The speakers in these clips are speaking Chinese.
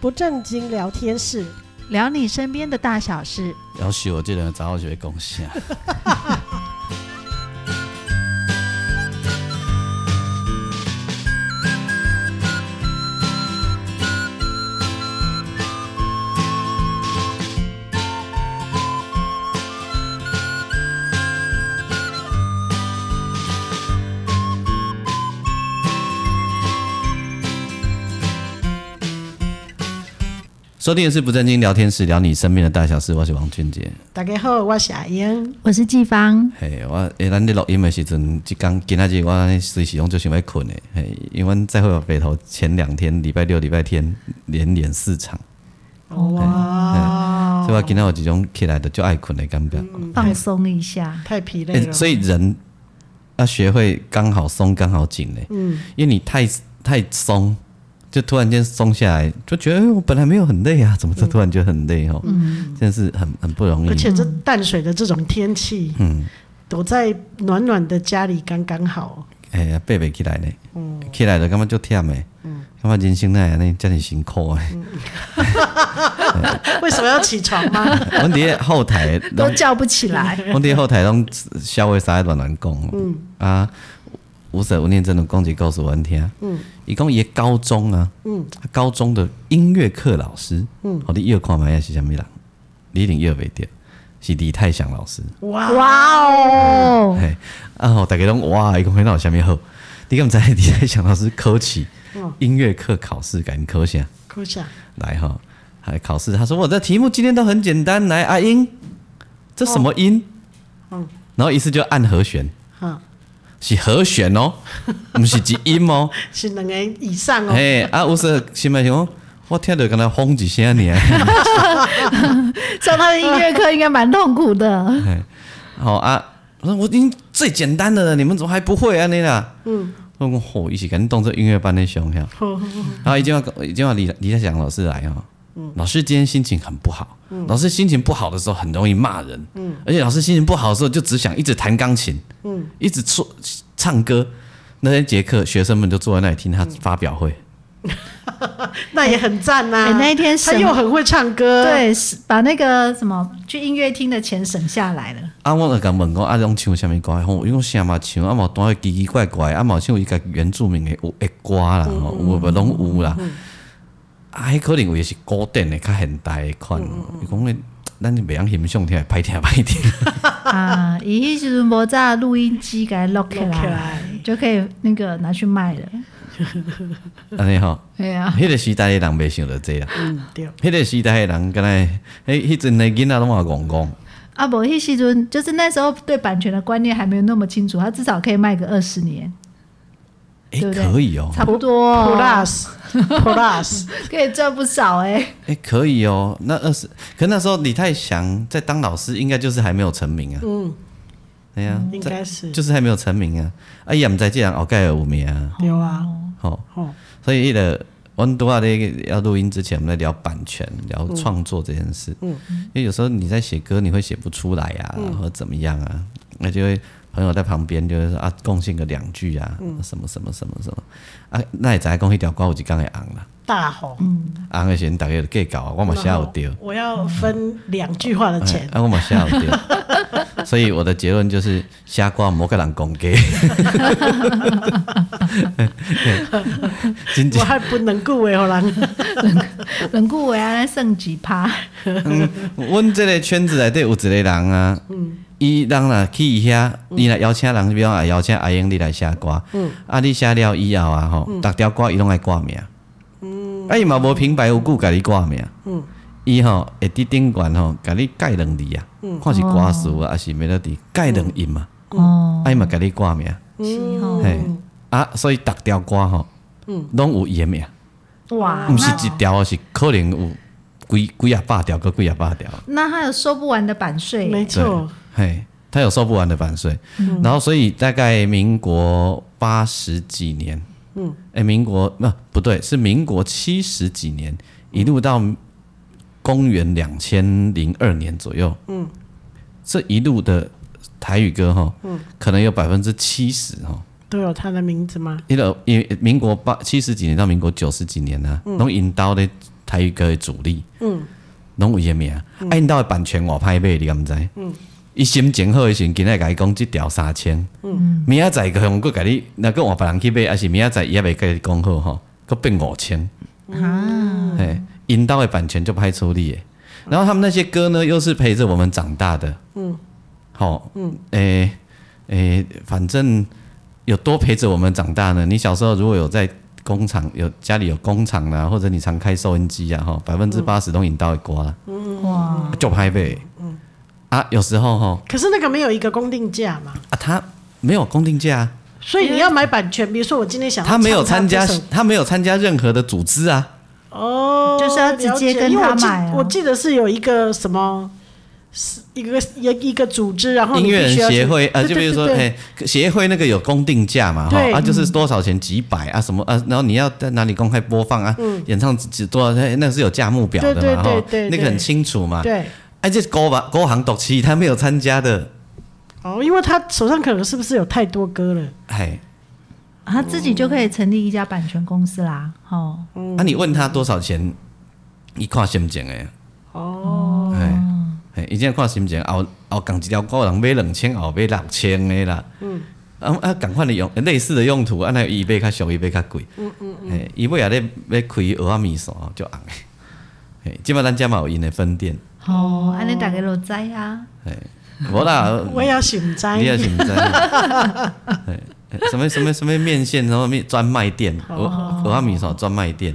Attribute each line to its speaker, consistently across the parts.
Speaker 1: 不正经聊天室，
Speaker 2: 聊你身边的大小事。
Speaker 3: 要是我这人早就会贡 献。收听的是不正经聊天室，聊你身边的大小事。我是王俊杰。
Speaker 1: 大家好，我是阿英。
Speaker 2: 我是季芳，
Speaker 3: 嘿，我诶，咱咧录音的时阵，即工今仔日我安尼随时拢就想要困诶。嘿，因为阮再会北头前两天，礼拜六、礼拜天连连四场，
Speaker 1: 哇，
Speaker 3: 所以我今仔有一种起来的就爱困的感觉。
Speaker 2: 放松一下。
Speaker 1: 太疲累
Speaker 3: 欸
Speaker 1: 了。
Speaker 3: 所以人要学会刚好松刚好紧嘞、
Speaker 1: 嗯，
Speaker 3: 因为你太太松，就突然间松下来，就觉得、哎我本来没有很累啊，怎么就突然就很累哦？真的是很很不容
Speaker 1: 嗯而
Speaker 3: 易。
Speaker 1: 且这淡水的这种天气，
Speaker 3: 嗯，
Speaker 1: 躲在暖暖的家里刚刚好。
Speaker 3: 哎、呀，爬袂起来呢，
Speaker 1: 哦
Speaker 3: 起来了感觉就忝诶，
Speaker 1: 嗯
Speaker 3: 感觉人生哪会安尼遮尔辛苦诶。
Speaker 1: 为什么要起床吗？
Speaker 3: 阮伫咧后台
Speaker 2: 都
Speaker 3: 拢，
Speaker 2: 叫不起来，
Speaker 3: 阮伫咧后台拢稍微啥乱乱讲哦。啊，吴舍吴念真的讲一个故事阮听。嗯，伊讲伊的高中啊，嗯，高中的音乐课老师，嗯，好，你又看卖是啥物人？你一定又袂着，是李泰祥老师。
Speaker 1: 哇，
Speaker 2: 哇哦！
Speaker 3: 嘿，啊吼，大家拢哇，伊讲迄哪有啥物好？你敢毋知道李泰祥老师考试音乐课考试，甲因考啥？
Speaker 1: 哭下，
Speaker 3: 来哈，还考试。他说我的题目今天都很简单，来阿啊英，这什么音？然后一次就按和弦，
Speaker 1: 哈，
Speaker 3: 是和弦哦，不是一音哦。
Speaker 1: 是两个人以上哦。
Speaker 3: 嘿，啊，有时心内想说，我听到跟他轰一声尔。
Speaker 2: 上他的音乐课应该蛮痛苦 的。
Speaker 3: 好啊，我说我已经最简单的了，你们怎么还不会啊？你啦，嗯，我讲吼，一起赶紧当做音乐班的熊呀。然后一定要一定要李李泰祥老师来哦。老师今天心情很不好，老师心情不好的时候很容易骂人，而且老师心情不好的时候就只想一直弹钢琴，一直说唱歌。那天节课，学生们就坐在那里听他发表会，
Speaker 1: 那也很赞呐、
Speaker 2: 哎那一天
Speaker 1: 他
Speaker 2: 省
Speaker 1: 又很会唱歌，，
Speaker 2: 对，是把那个什么去音乐厅的钱省下来 了。
Speaker 3: 啊，我就甲问讲，啊，拢唱啥物歌？吼，伊讲啥嘛唱，啊，嘛弹个奇奇怪怪，啊，嘛有唱伊家原住民的有的歌啦，
Speaker 2: 嗯
Speaker 3: 吼、有无拢有啦。啊，迄可能有的是古典的，较现代的款。
Speaker 2: 嗯
Speaker 3: 伊讲诶，咱就袂晓欣赏听，歹听歹听。
Speaker 2: 啊，伊迄时阵无炸录音机给它录起
Speaker 1: 录起
Speaker 2: 来
Speaker 1: 来，
Speaker 2: 就可以那个拿去卖了。
Speaker 3: 安尼吼，
Speaker 2: 对啊呀，
Speaker 3: 迄个时代的人袂想到这啦。
Speaker 1: 嗯，对，
Speaker 3: 迄个时代的人，敢若迄迄阵的囡仔拢嘛戆戆。
Speaker 2: 啊，无迄时阵就是那时候对版权的观念还没有那么清楚，它至少可以卖个二十年，
Speaker 3: 诶、
Speaker 2: 对不对
Speaker 3: 可以哦、
Speaker 2: 差不多哦
Speaker 1: plus plus，
Speaker 2: 可以赚不少哎、
Speaker 3: 诶、可以哦、那二十，可那时候李泰祥在当老师，应该就是还没有成名啊。
Speaker 1: 嗯，
Speaker 3: 哎呀、
Speaker 1: 应该是
Speaker 3: 就是还没有成名啊，啊伊也毋知即人后盖有名啊，
Speaker 1: 对啊，
Speaker 3: 吼、
Speaker 1: 哦，
Speaker 3: 所以迄个阮拄仔咧要录音之前，我们在聊版权、聊创作这件事，因为有时候你在写歌，你会写不出来啊，或者怎么样啊，那就会朋友在旁边就会说啊，贡献个两句啊，什么什么什么什么，啊，那也知影讲迄条歌有一工会红啦，
Speaker 1: 大红，
Speaker 2: 嗯
Speaker 3: 红的时阵大家就计较啊，我嘛写有对。
Speaker 1: 我要分两句话的
Speaker 3: 哎
Speaker 1: 钱，
Speaker 3: 啊，我嘛下午对，所以我的结论就是虾瓜莫个人公给，真
Speaker 1: 我
Speaker 3: 正
Speaker 1: 还不能顾为好人，
Speaker 2: 冷固维安剩几趴，
Speaker 3: 阮这个圈子内底有一个人啊，伊人若去伊遐，伊若邀请人，比方啊邀请阿英你来写歌，啊你写了以后啊吼，逐条歌伊拢爱挂名，啊伊嘛无平白无故甲你挂名，伊吼会伫顶悬吼，甲你改两字啊，看是歌词啊，还是 melody 改两音嘛，
Speaker 2: 哦，
Speaker 3: 啊伊嘛甲你挂名，
Speaker 2: 是哦，
Speaker 3: 嘿，啊所以逐条歌吼，拢有伊的名，
Speaker 2: 哇，
Speaker 3: 毋是一条，是可能有几几啊百条，个几啊百条。
Speaker 2: 那那他有收不完的版税耶，
Speaker 1: 没错，
Speaker 3: 对，嘿，他有收不完的版税，然后所以大概民国八十几年，嗯，哎，民国不、不对，是民国七十几年，一路到公元两千零二年左右，嗯，这一路的台语歌哈，可能有百分之七十哈。
Speaker 1: 都有他的名字吗？
Speaker 3: 因为因为民国八七十几年到民国九十几年呢、啊，拢引导咧台语歌的主力，嗯，拢有伊个名。啊，因兜的版权我歹买，你敢知？嗯，伊心情好的时阵，今仔甲伊讲即条三千，嗯，明仔载个佫甲你，若佫换别人去买，还是明仔载伊也袂甲你讲好吼，佫变五千。
Speaker 2: 啊，
Speaker 3: 哎，引导的版权就拍出力耶。然后他们那些歌呢，又是陪着我们长大的。嗯，好，嗯，诶、诶、反正有多陪着我们长大呢。你小时候如果有在工厂，有家里有工厂啦、或者你常开收音机啊，哈，百分之八十都引导的歌啦，
Speaker 2: 哇，
Speaker 3: 就拍呗。嗯，啊，有时候哈，
Speaker 1: 可是那个没有一个公定价嘛，
Speaker 3: 啊，他没有公定价、啊，
Speaker 1: 所以你要买版权。比如说我今天想要
Speaker 3: 他没有
Speaker 1: 唱
Speaker 3: 参加
Speaker 1: 这首，
Speaker 3: 他没有参加任何的组织啊。
Speaker 1: 哦，
Speaker 2: 就是要直接跟他买啊
Speaker 1: 了解因为我记我记得是有一个什么，是一个一个一个组织，然后你
Speaker 3: 音乐
Speaker 1: 必须要去
Speaker 3: 人协会啊，
Speaker 1: 对
Speaker 3: 就比
Speaker 1: 对
Speaker 3: 如说，
Speaker 1: 对对
Speaker 3: 哎，协会那个有公定价嘛，哈，
Speaker 1: 对嗯
Speaker 3: 啊，就是多少钱几百啊，什么啊，然后你要在哪里公开播放啊，演唱几多少，哎那个是有价目表的
Speaker 1: 嗯对
Speaker 3: 嘛，
Speaker 1: 对
Speaker 3: 哈
Speaker 1: 对，对
Speaker 3: 那个很清楚嘛。
Speaker 1: 对
Speaker 3: 哎，这高吧，高行独七他没有参加的，啊
Speaker 1: 哦，因为他手上可能是不是有太多歌了？
Speaker 3: 哎，
Speaker 2: 他自己就可以成立一家版权公司啦，哦，
Speaker 3: 啊，你问他多少钱，一看心情哎，
Speaker 1: 哦，
Speaker 3: 哎，哎，一件看心情，后后讲一条高人买两千，后买六千的啦，嗯。啊啊！赶快的用类似的用途，啊，那伊买较俗，伊买较贵。嗯嗯嗯。哎，伊尾也咧要开蚵仔面线就红的。嘿，即摆咱遮嘛有因的分店。
Speaker 2: 哦，安尼大家都知啊，
Speaker 3: 嘿，无啦，
Speaker 1: 我也想摘
Speaker 3: 嗯你。也是毋知。嘿 什么什么什么面线，什么面专卖店，蚵蚵仔面线专卖店。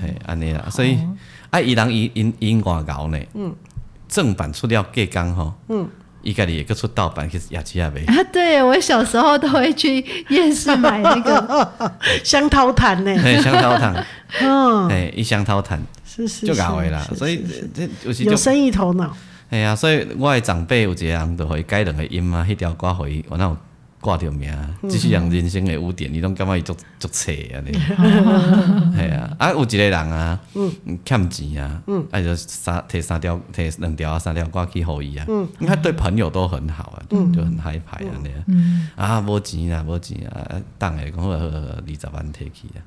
Speaker 3: 嘿，安尼啦，所以啊，伊人伊因因外高呢。嗯。正版出了隔工吼。嗯。伊家己也去出盗版去亚细亚卖。
Speaker 2: 啊， 对我小时候都会去夜市买那个，
Speaker 1: 香桃坛 呢？
Speaker 3: 嘿，香桃糖，
Speaker 1: 嗯，
Speaker 3: 嘿，一香桃糖
Speaker 1: 是是
Speaker 3: 就是搞的啦
Speaker 1: 是，
Speaker 3: 所以
Speaker 1: 是是
Speaker 3: 这这有时
Speaker 1: 有
Speaker 3: 就
Speaker 1: 生意头脑，
Speaker 3: 哎呀，所以我的长辈有一个人就会改两个音嘛，迄条歌互伊，我那有挂着名，这是人人生的污点，你拢感觉伊足足切安尼。系啊，啊有一个人啊，欠钱啊，啊就三摕三条摕两条啊三条歌去互伊啊，因为他对朋友都很好啊，就很嗨牌安尼啊，啊无钱啦无钱啊啊，当下讲好好好二十万摕去啊。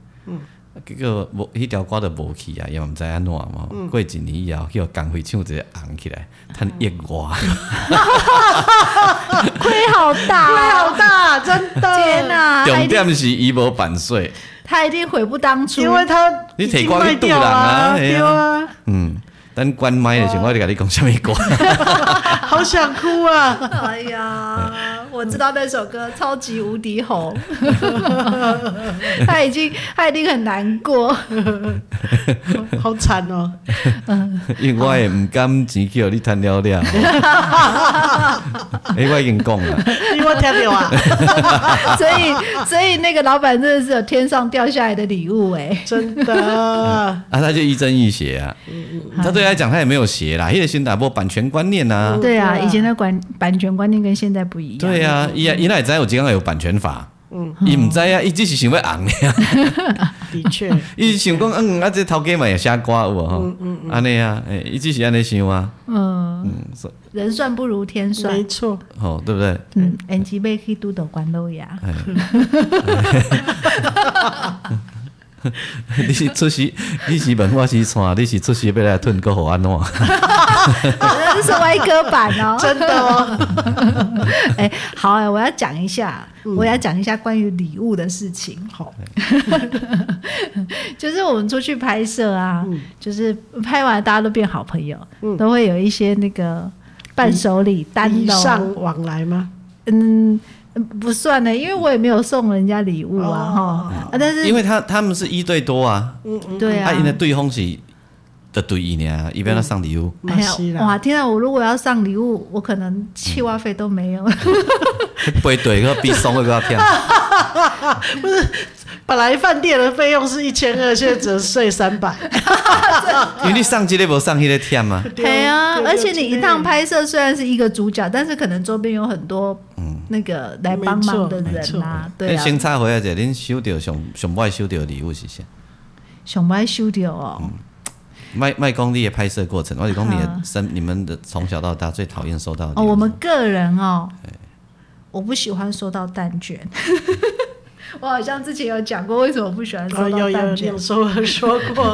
Speaker 3: 结果无，迄条歌都无去啊，也毋知安怎嘛。过一年以后，迄个工会唱一个红起来，趁亿外。
Speaker 2: 亏好大，亏好大，真的，天哪，他一
Speaker 3: 重
Speaker 2: 定
Speaker 3: 点是伊无版税，
Speaker 2: 他一定悔不当初，
Speaker 1: 因为他
Speaker 3: 你
Speaker 1: 已
Speaker 3: 提
Speaker 1: 经
Speaker 3: 光
Speaker 1: 卖
Speaker 3: 去
Speaker 1: 掉
Speaker 3: 堵人
Speaker 1: 啊，
Speaker 3: 啊哎呀
Speaker 1: 对啊，
Speaker 3: 嗯，等关麦的时候，我就甲你讲什物歌。
Speaker 1: 好想哭啊！
Speaker 2: 哎呀，我知道那首歌超级无敌红， 他已经他一定很难过。
Speaker 1: 好惨哦！
Speaker 3: 因为我也毋甘钱去互你趁了了。诶，我已经讲啦，
Speaker 1: 你我听到啊，
Speaker 2: 所以，所以那个老板真的是有天上掉下来的礼物哎、
Speaker 1: 真的，
Speaker 3: 啊，他就亦正亦邪啊。他对他来讲，他也没有邪啦，迄个先打破版权观念呐。
Speaker 2: 对啊，
Speaker 1: 对啊
Speaker 2: 以前的管版权观念跟现在不一样。
Speaker 3: 哦对啊，伊啊伊哪会知有即个有版权法？伊毋知啊，伊只是想要红尔。
Speaker 1: 的确，
Speaker 3: 伊想讲，嗯，啊，这头家嘛会写歌有无吼？安尼啊，诶，伊只是安尼想啊，
Speaker 2: 嗯，
Speaker 3: 嗯，所
Speaker 2: 人算不如天
Speaker 1: 没
Speaker 2: 算。
Speaker 1: 错，
Speaker 3: 吼，对不对？
Speaker 2: 嗯，N G 被去督导关漏呀。
Speaker 3: 哎你是出席，你是问我是串，你是出席要来吞个互安 怎？
Speaker 2: 嗯这是歪歌版 哦。
Speaker 1: 真的哦，
Speaker 2: 哎、好哎、我要讲一下，我要讲一下关于礼物的事情。
Speaker 1: 好，
Speaker 3: 哎
Speaker 2: 就是我们出去拍摄啊，就是拍完大家都变好朋友，都会有一些那个伴手礼单
Speaker 1: 礼
Speaker 2: 的哦
Speaker 1: 尚往来吗？
Speaker 2: 嗯，不算呢，因为我也没有送人家礼物啊，哈、啊，但是
Speaker 3: 因为他他们是一对多啊，
Speaker 2: 对啊
Speaker 3: 啊，，因为对方是的对伊呢，伊要他送礼
Speaker 2: 嗯
Speaker 3: 物，
Speaker 1: 马西啦，
Speaker 2: 哎哇，天啊！我如果要上礼物，我可能气话费都没
Speaker 1: 嗯
Speaker 2: 有，
Speaker 3: 背对个比送个较听，
Speaker 1: 本来饭店的费用是一千二，现在只能税三 百，
Speaker 3: 因为你送这个无送迄个忝啊，
Speaker 2: 对啊，
Speaker 1: 对
Speaker 2: 而且你一趟，
Speaker 1: 对
Speaker 2: 拍摄虽然是一个主角，但是可能周边有很多那个来帮忙的
Speaker 1: 嗯没
Speaker 2: 人
Speaker 1: 错
Speaker 2: 啊，对
Speaker 3: 恁
Speaker 2: 啊，
Speaker 3: 先插回来者，恁收到上上歹收到的礼物是啥？
Speaker 2: 熊猫 studio
Speaker 1: 嗯
Speaker 2: 哦，
Speaker 3: 卖卖功力的拍摄过程，或者讲你的
Speaker 2: 啊
Speaker 3: 生、你们的从小到大最讨厌收到的礼
Speaker 2: 哦，
Speaker 3: 物
Speaker 1: 哎
Speaker 2: 我们个人哦，我不喜欢收到蛋卷， 我好像之前有讲过，为什么不喜欢
Speaker 1: 啊，
Speaker 2: 收
Speaker 1: 有
Speaker 2: 到
Speaker 1: 有
Speaker 2: 蛋卷哦
Speaker 1: 有？时候说过，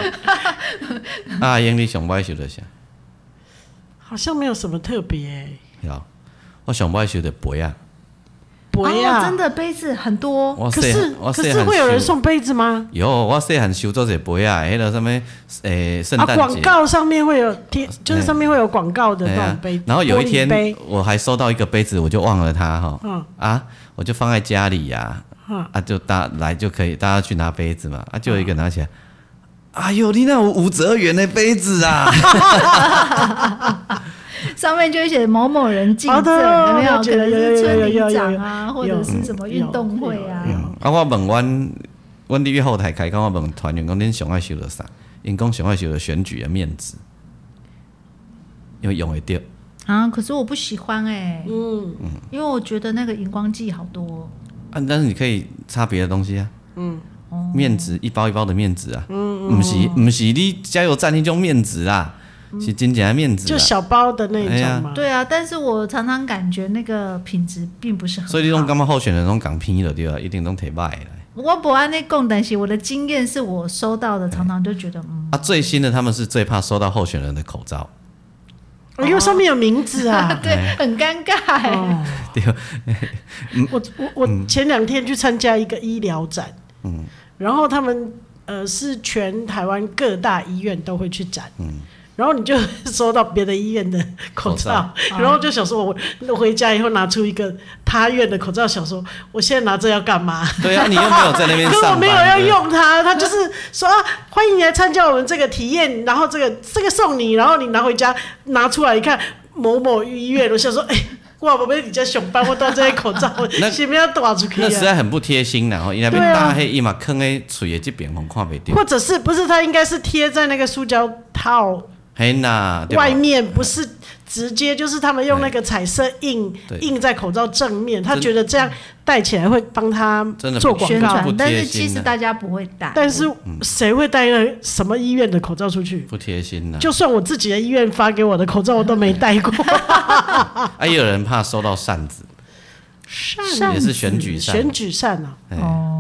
Speaker 3: 啊，英你上歹收到啥？
Speaker 1: 好像没有什么特别、欸
Speaker 3: 呀，我上歹收到杯啊，
Speaker 1: 不啊
Speaker 2: 哦，
Speaker 1: 要
Speaker 2: 真，的杯子很多，
Speaker 3: 我
Speaker 1: 可
Speaker 3: 细
Speaker 1: 是
Speaker 3: 我
Speaker 1: 可
Speaker 3: 细
Speaker 1: 是
Speaker 3: 汉
Speaker 1: 会有人
Speaker 3: 收
Speaker 1: 送杯子吗？
Speaker 3: 有，我细汉收做者杯啊，迄个什么诶，圣
Speaker 1: 啊，
Speaker 3: 诞
Speaker 1: 广
Speaker 3: 节。
Speaker 1: 告上面会有贴，就是
Speaker 3: 哎
Speaker 1: 上面会有广告的
Speaker 3: 对
Speaker 1: 那
Speaker 3: 啊
Speaker 1: 种杯子，
Speaker 3: 然后有一
Speaker 1: 玻璃
Speaker 3: 天
Speaker 1: 杯，
Speaker 3: 我还收到一个杯子，我就忘了它哈、
Speaker 1: 嗯
Speaker 3: 啊，我就放在家里呀、啊，就大来就可以大家去拿杯子嘛，啊，
Speaker 1: 嗯
Speaker 3: 就有一个拿起来，哎呦，你那有五折元的杯 子啊，
Speaker 2: 上面就会写某某人敬
Speaker 1: 好
Speaker 2: 赠，
Speaker 1: 的
Speaker 2: 有没有？
Speaker 1: 了
Speaker 2: 可
Speaker 1: 解
Speaker 2: 能是村
Speaker 1: 有有有有
Speaker 2: 里长
Speaker 1: 有有
Speaker 2: 啊，或
Speaker 1: 有
Speaker 2: 者是什么运动会啊
Speaker 1: 有有有有。
Speaker 3: 啊，我问阮阮伫后台开讲，我问团员讲恁上爱收到啥，因讲上爱收到选举的面子，因为用会着，
Speaker 2: 啊，可是我不喜欢哎、
Speaker 1: 嗯，
Speaker 2: 因为我觉得那个荧光剂好多。
Speaker 3: 啊，但是你可以擦别的东西啊。嗯，面纸一包一包的面纸啊，嗯，不是不是你加油站那种面纸啊，是真正的面纸
Speaker 1: 就
Speaker 3: 啊。
Speaker 1: 小包的那
Speaker 3: 哎呀
Speaker 1: 种嘛，
Speaker 2: 对啊，但是我常常感觉那个品质并不是很好。
Speaker 3: 所以你种感觉候选人拢港片了对啊，一定拢提歹的。
Speaker 2: 我不按那供，但是我的经验是我收到的，常常就觉得嗯，。
Speaker 3: 啊，最新的他们是最怕收到候选人的口罩，
Speaker 1: 哦因为上面有名字啊
Speaker 2: 对，很尴尬、欸。
Speaker 1: 哦，我我我前两天去参加一个医疗展，嗯，然后他们呃是全台湾各大医院都会去展，嗯。然后你就收到别的医院的口罩，然后就想说，我我回家以后拿出一个他院的口罩，想说我现在拿这要干嘛？
Speaker 3: 对啊，你又没有在那 边
Speaker 1: 可是我
Speaker 3: 上班，
Speaker 1: 没有要
Speaker 3: 对不对，
Speaker 1: 用它，他就是说、啊、欢迎你来参加我们这个体验，然后这个这个送你，然后你拿回家拿出来一看，某某医院，我想说，哎、哇，宝贝，你家上班，我戴这些口罩，
Speaker 3: 那
Speaker 1: 前面要打出去
Speaker 3: 那实
Speaker 1: 啊。
Speaker 3: 在很不贴心啦，哦然后伊那边
Speaker 1: 对啊
Speaker 3: 大黑一嘛坑诶，嘴的这边红看袂
Speaker 1: 或
Speaker 3: 到，
Speaker 1: 者是不是它应该是贴在那个塑胶套
Speaker 3: 嘿呐，啊对吧
Speaker 1: 外？面，不是直接就是他们用那个彩色印
Speaker 3: 对
Speaker 1: 印在口罩正面，他
Speaker 3: 真
Speaker 1: 觉得这样戴起来会帮他
Speaker 3: 真的
Speaker 1: 做
Speaker 3: 不
Speaker 1: 广
Speaker 2: 宣
Speaker 3: 宣嗯
Speaker 1: 告
Speaker 3: 不，
Speaker 2: 传，但
Speaker 3: 贴
Speaker 2: 是
Speaker 3: 心
Speaker 2: 其实
Speaker 3: 啊
Speaker 2: 大家不会戴。
Speaker 1: 但是谁会戴了什么医院的口罩出去？
Speaker 3: 不贴心呐。
Speaker 1: 就算我自己的医院发给我的口罩，我都没戴 过。
Speaker 3: 啊，也有人怕收到扇子，
Speaker 1: 扇
Speaker 3: 也是选举扇
Speaker 1: 选举扇啊！
Speaker 3: 哎
Speaker 2: 哦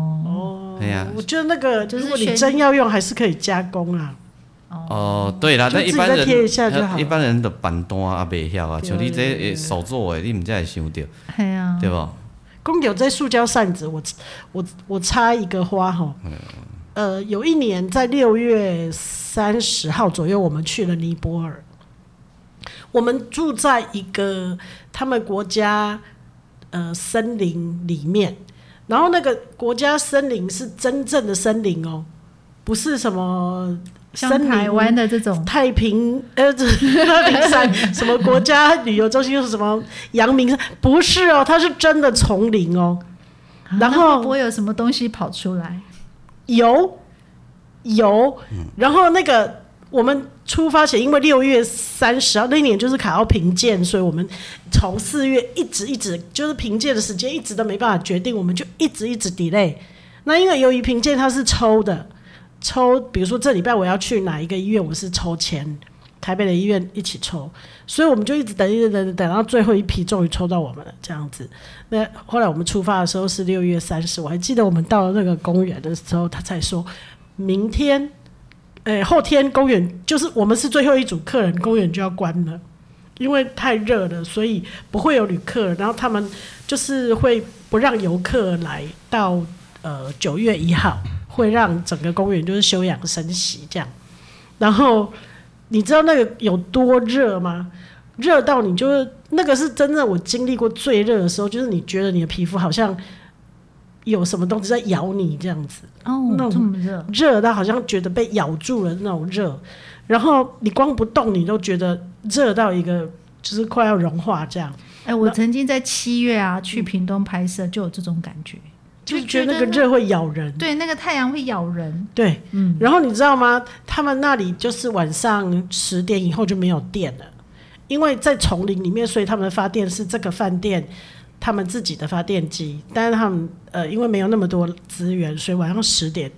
Speaker 3: 哎呀，
Speaker 1: 我觉得那个，
Speaker 2: 就是
Speaker 1: 如果你
Speaker 2: 选
Speaker 1: 真要用，还是可以加工啊。
Speaker 3: 哦，对啦，
Speaker 1: 就
Speaker 3: 那
Speaker 1: 自己
Speaker 3: 一般
Speaker 1: 再
Speaker 3: 人
Speaker 1: 贴一下就好
Speaker 3: 一般人的板单啊袂晓啊，
Speaker 1: 对
Speaker 3: 像你这
Speaker 1: 对
Speaker 3: 诶手做诶，你毋才会想着，
Speaker 2: 哎呀，
Speaker 3: 对不？
Speaker 1: 公有这塑胶扇子，我我我插一个花哈。呃，有一年在六月三十号左右，我们去了尼泊尔。我们住在一个他们国家呃森林里面，然后那个国家森林是真正的森林哦，不是什么森
Speaker 2: 像
Speaker 1: 林
Speaker 2: 台湾的这种，
Speaker 1: 太平呃，这太平山什么国家旅游中心又是什么阳明山，不是哦，它是真的丛林哦，
Speaker 2: 啊
Speaker 1: 然
Speaker 2: 那
Speaker 1: 后
Speaker 2: 会不会有什么东西跑出来？
Speaker 1: 有有，然后那个我们出发前，因为六月三十号那一年就是卡到评鉴，所以我们从四月一直一直就是评鉴的时间一直都没办法决定，我们就一直一直 delay。那因为由于评鉴它是抽的，抽比如说这礼拜我要去哪一个医院，我是抽签。台北的医院一起抽，所以我们就一直等，一直等，等等到最后一批，终于抽到我们了，这样子。那后来我们出发的时候是六月三十，我还记得我们到了那个公园的时候，他才说明天，呃、后天公园就是我们是最后一组客人，公园就要关了，因为太热了，所以不会有旅客了。然后他们就是会不让游客来到呃九月一号，会让整个公园就是休养生息这样。然后你知道那个有多热吗？热到你就是那个是真正我经历过最热的时候，就是你觉得你的皮肤好像有什么东西在咬你这样子，
Speaker 2: 哦
Speaker 1: 那，
Speaker 2: 这么热，
Speaker 1: 热到好像觉得被咬住了那种热，然后你光不动你都觉得热到一个就是快要融化这样，
Speaker 2: 哎，我曾经在七月啊去屏东拍摄，就有这种感觉，
Speaker 1: 就是觉得那个热会咬人。
Speaker 2: 对，那个太阳会咬人，
Speaker 1: 对，
Speaker 2: 嗯
Speaker 1: 然后你知道吗？他们那里就是晚上十点以后就没有电了，因为在丛林里面，所以他们的发电是这个饭店他们自己的发电机，但是他们呃因为没有那么多资源，所以晚上十点，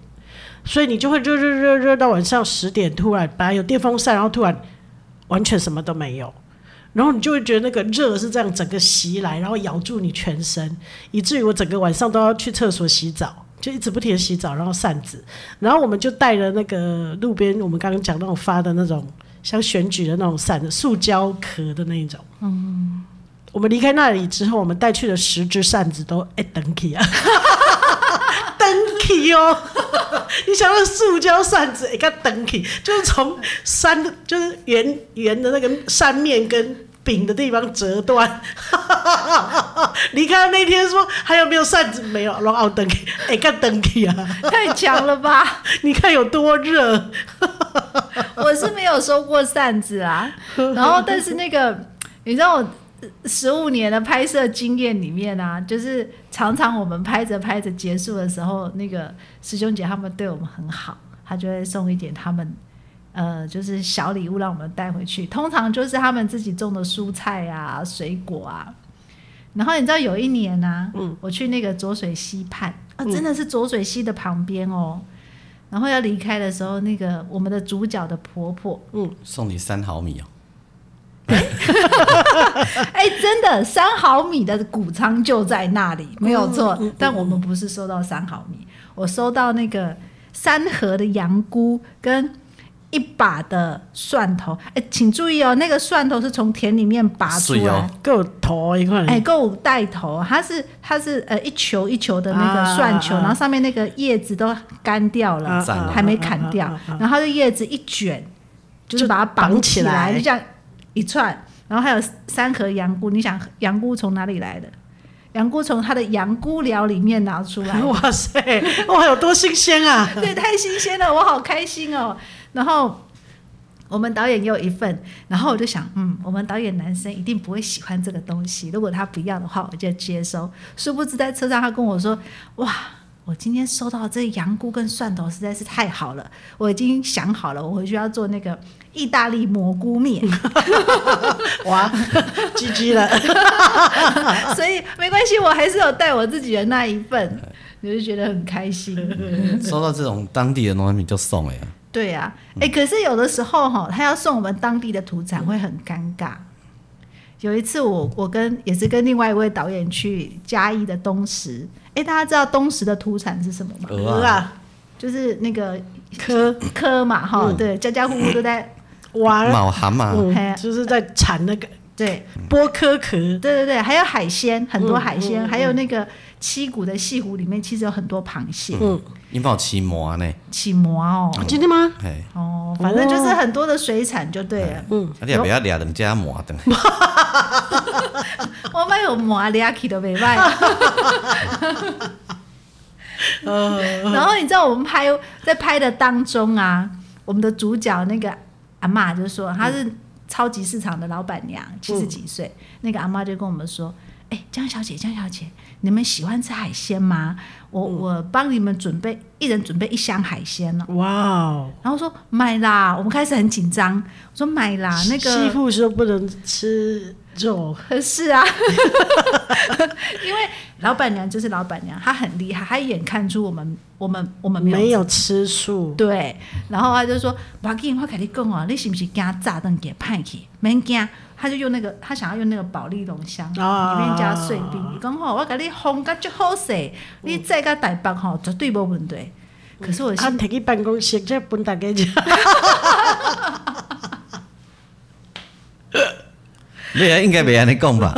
Speaker 1: 所以你就会热热热热到晚上十点，突然本来有电风扇，然后突然完全什么都没有。然后你就会觉得那个热是这样整个袭来，然后咬住你全身，以至于我整个晚上都要去厕所洗澡。就一直不停地洗澡，然后扇子，然后我们就带了那个路边我们刚刚讲那种发的那种像选举的那种扇子，塑胶壳的那一种。嗯，我们离开那里之后，我们带去的十只扇子都哎登起啊，登起哦。你想那塑胶扇子，一哎个登起，就是从山的，就是圆圆的那个扇面跟柄的地方折断。离开那天说还有没有扇子？没有，然后奥登起，哎，个登起啊！
Speaker 2: 太强了吧！
Speaker 1: 你看有多热，
Speaker 2: 我是没有收过扇子啊，然后但是那个你知道我。十五年的拍摄经验里面啊，就是常常我们拍着拍着结束的时候，那个师兄姐他们对我们很好，他就会送一点他们呃，就是小礼物让我们带回去。通常就是他们自己种的蔬菜啊、水果啊。然后你知道有一年呢、
Speaker 1: 嗯
Speaker 2: 我去那个浊水溪畔，啊，
Speaker 1: 嗯
Speaker 2: 真的是浊水溪的旁边哦。然后要离开的时候，那个我们的主角的婆婆，
Speaker 3: 送你三 毫米哦，
Speaker 2: 哎，真的三毫米的谷仓就在那里，没有错。但我们不是收到三毫米，我收到那个三盒的羊菇跟一把的蒜头。哎，请注意哦，那个蒜头是从田里面拔出
Speaker 3: 碎
Speaker 2: 来
Speaker 3: 哦。
Speaker 1: 够头一块。
Speaker 2: 哎，够带头，它是它是呃一球一球的那个
Speaker 1: 啊
Speaker 2: 蒜球，
Speaker 1: 啊啊
Speaker 2: 然后上面那个叶子都干掉了，
Speaker 1: 啊
Speaker 3: 赞哦
Speaker 2: 还没砍掉，
Speaker 1: 啊啊啊啊
Speaker 2: 然后它的叶子一卷，就是
Speaker 1: 就
Speaker 2: 把它
Speaker 1: 绑
Speaker 2: 起
Speaker 1: 起来
Speaker 2: 就这样一串，然后还有三颗羊菇，你想羊菇从哪里来的？羊菇从它的羊菇寮里面拿出来的，
Speaker 1: 哇塞，哇，有多新鲜啊！
Speaker 2: 对，太新鲜了，我好开心哦。然后我们导演也有一份，然后我就想，嗯，我们导演男生一定不会喜欢这个东西，如果他不要的话，我就接收。殊不知在车上，他跟我说，哇。我今天收到这羊菇跟蒜头实在是太好了，我已经想好了，我回去要做那个意大利蘑菇面。
Speaker 1: 哇，鸡鸡了，
Speaker 2: 所以没关系，我还是有带我自己的那一份，我就觉得很开心。
Speaker 3: 收到这种当地的农产品就送哎、
Speaker 2: 对啊，
Speaker 1: 嗯
Speaker 2: 哎、可是有的时候哈、他要送我们当地的土产会很尴尬。有一次我我跟也是跟另外一位导演去嘉义的东石，哎、大家知道东石的土产是什么吗？
Speaker 3: 鹅啊，
Speaker 1: 啊，
Speaker 2: 就是那个
Speaker 1: 科嗯
Speaker 2: 科嘛哈，对，家家户户都 在
Speaker 1: 娃，
Speaker 3: 毛蛤蟆，
Speaker 2: 嘿啊
Speaker 1: 啊嗯，就是在产那个
Speaker 2: 对
Speaker 1: 剥壳壳，
Speaker 2: 对对对，还有海鲜，很多
Speaker 1: 嗯
Speaker 2: 海鲜，
Speaker 1: 嗯嗯
Speaker 2: 还有那个七股的西湖里面其实有很多螃蟹，
Speaker 1: 嗯，
Speaker 3: 你帮我骑摩呢？
Speaker 2: 起膜哦，
Speaker 1: 真的吗？
Speaker 3: 嘿，
Speaker 2: 哦，反正就是很多的水产就对了。
Speaker 1: 嗯，
Speaker 3: 啊、你也不要俩人家摩的，
Speaker 2: 我们有麻俩起都袂歹。然后你知道我们拍在拍的当中啊，我们的主角那个阿嬷就说她是超级市场的老板娘，七十几岁。那个阿嬷就跟我们说：“哎、江小姐，江小姐，你们喜欢吃海鲜吗？我、我帮你们准备，一人准备一箱海鲜哦。
Speaker 1: 哇哦，”
Speaker 2: 然后说买啦，我们开始很紧张，我说买啦，那个
Speaker 1: 西部说不能吃肉，
Speaker 2: 可是啊， 因为老板娘就是老板娘，她很厉害，她一眼看出我们我们我们没有
Speaker 1: 没有吃素，
Speaker 2: 对，然后她就说：“我给我跟你讲哦，你是不是惊炸弹给派去？免惊。”她就用那个，她想要用那个保利龙箱，
Speaker 1: 啊
Speaker 2: 里面加碎冰。伊讲吼，我给你烘个足好势，你再个台北吼绝对无问题。可是我
Speaker 1: 啊，
Speaker 2: 心
Speaker 1: 摕去办公室，这分大家吃，
Speaker 3: 你也应该别安尼 讲吧？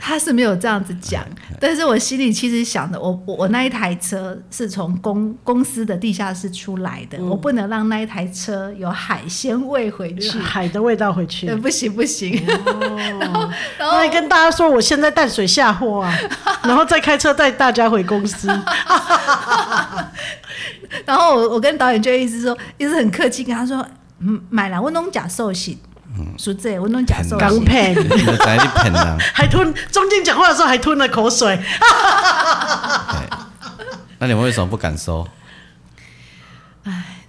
Speaker 2: 他是没有这样子讲，
Speaker 3: 嗯
Speaker 2: 但是我心里其实想的，我我我那一台车是从公公司的地下室出来
Speaker 3: 嗯
Speaker 2: 的，我不能让那一台车有海鲜味回去，
Speaker 1: 海的味道回去
Speaker 2: 对，。不行不行。
Speaker 3: 哦
Speaker 2: 然后
Speaker 1: 那
Speaker 2: 然
Speaker 1: 你
Speaker 2: 后
Speaker 1: 跟大家说，我现在淡水下货 啊，然后再开车带大家回公司。
Speaker 2: 然后我我跟导演就一直说，一直很客气跟他说，嗯，买了我弄假寿喜，
Speaker 3: 嗯
Speaker 2: 说这我弄假寿
Speaker 1: 港
Speaker 2: 喜。
Speaker 1: 片
Speaker 3: 你就在你骗人。
Speaker 1: 还吞，中间讲话的时候还吞了口水。
Speaker 3: 那你们为什么不敢收？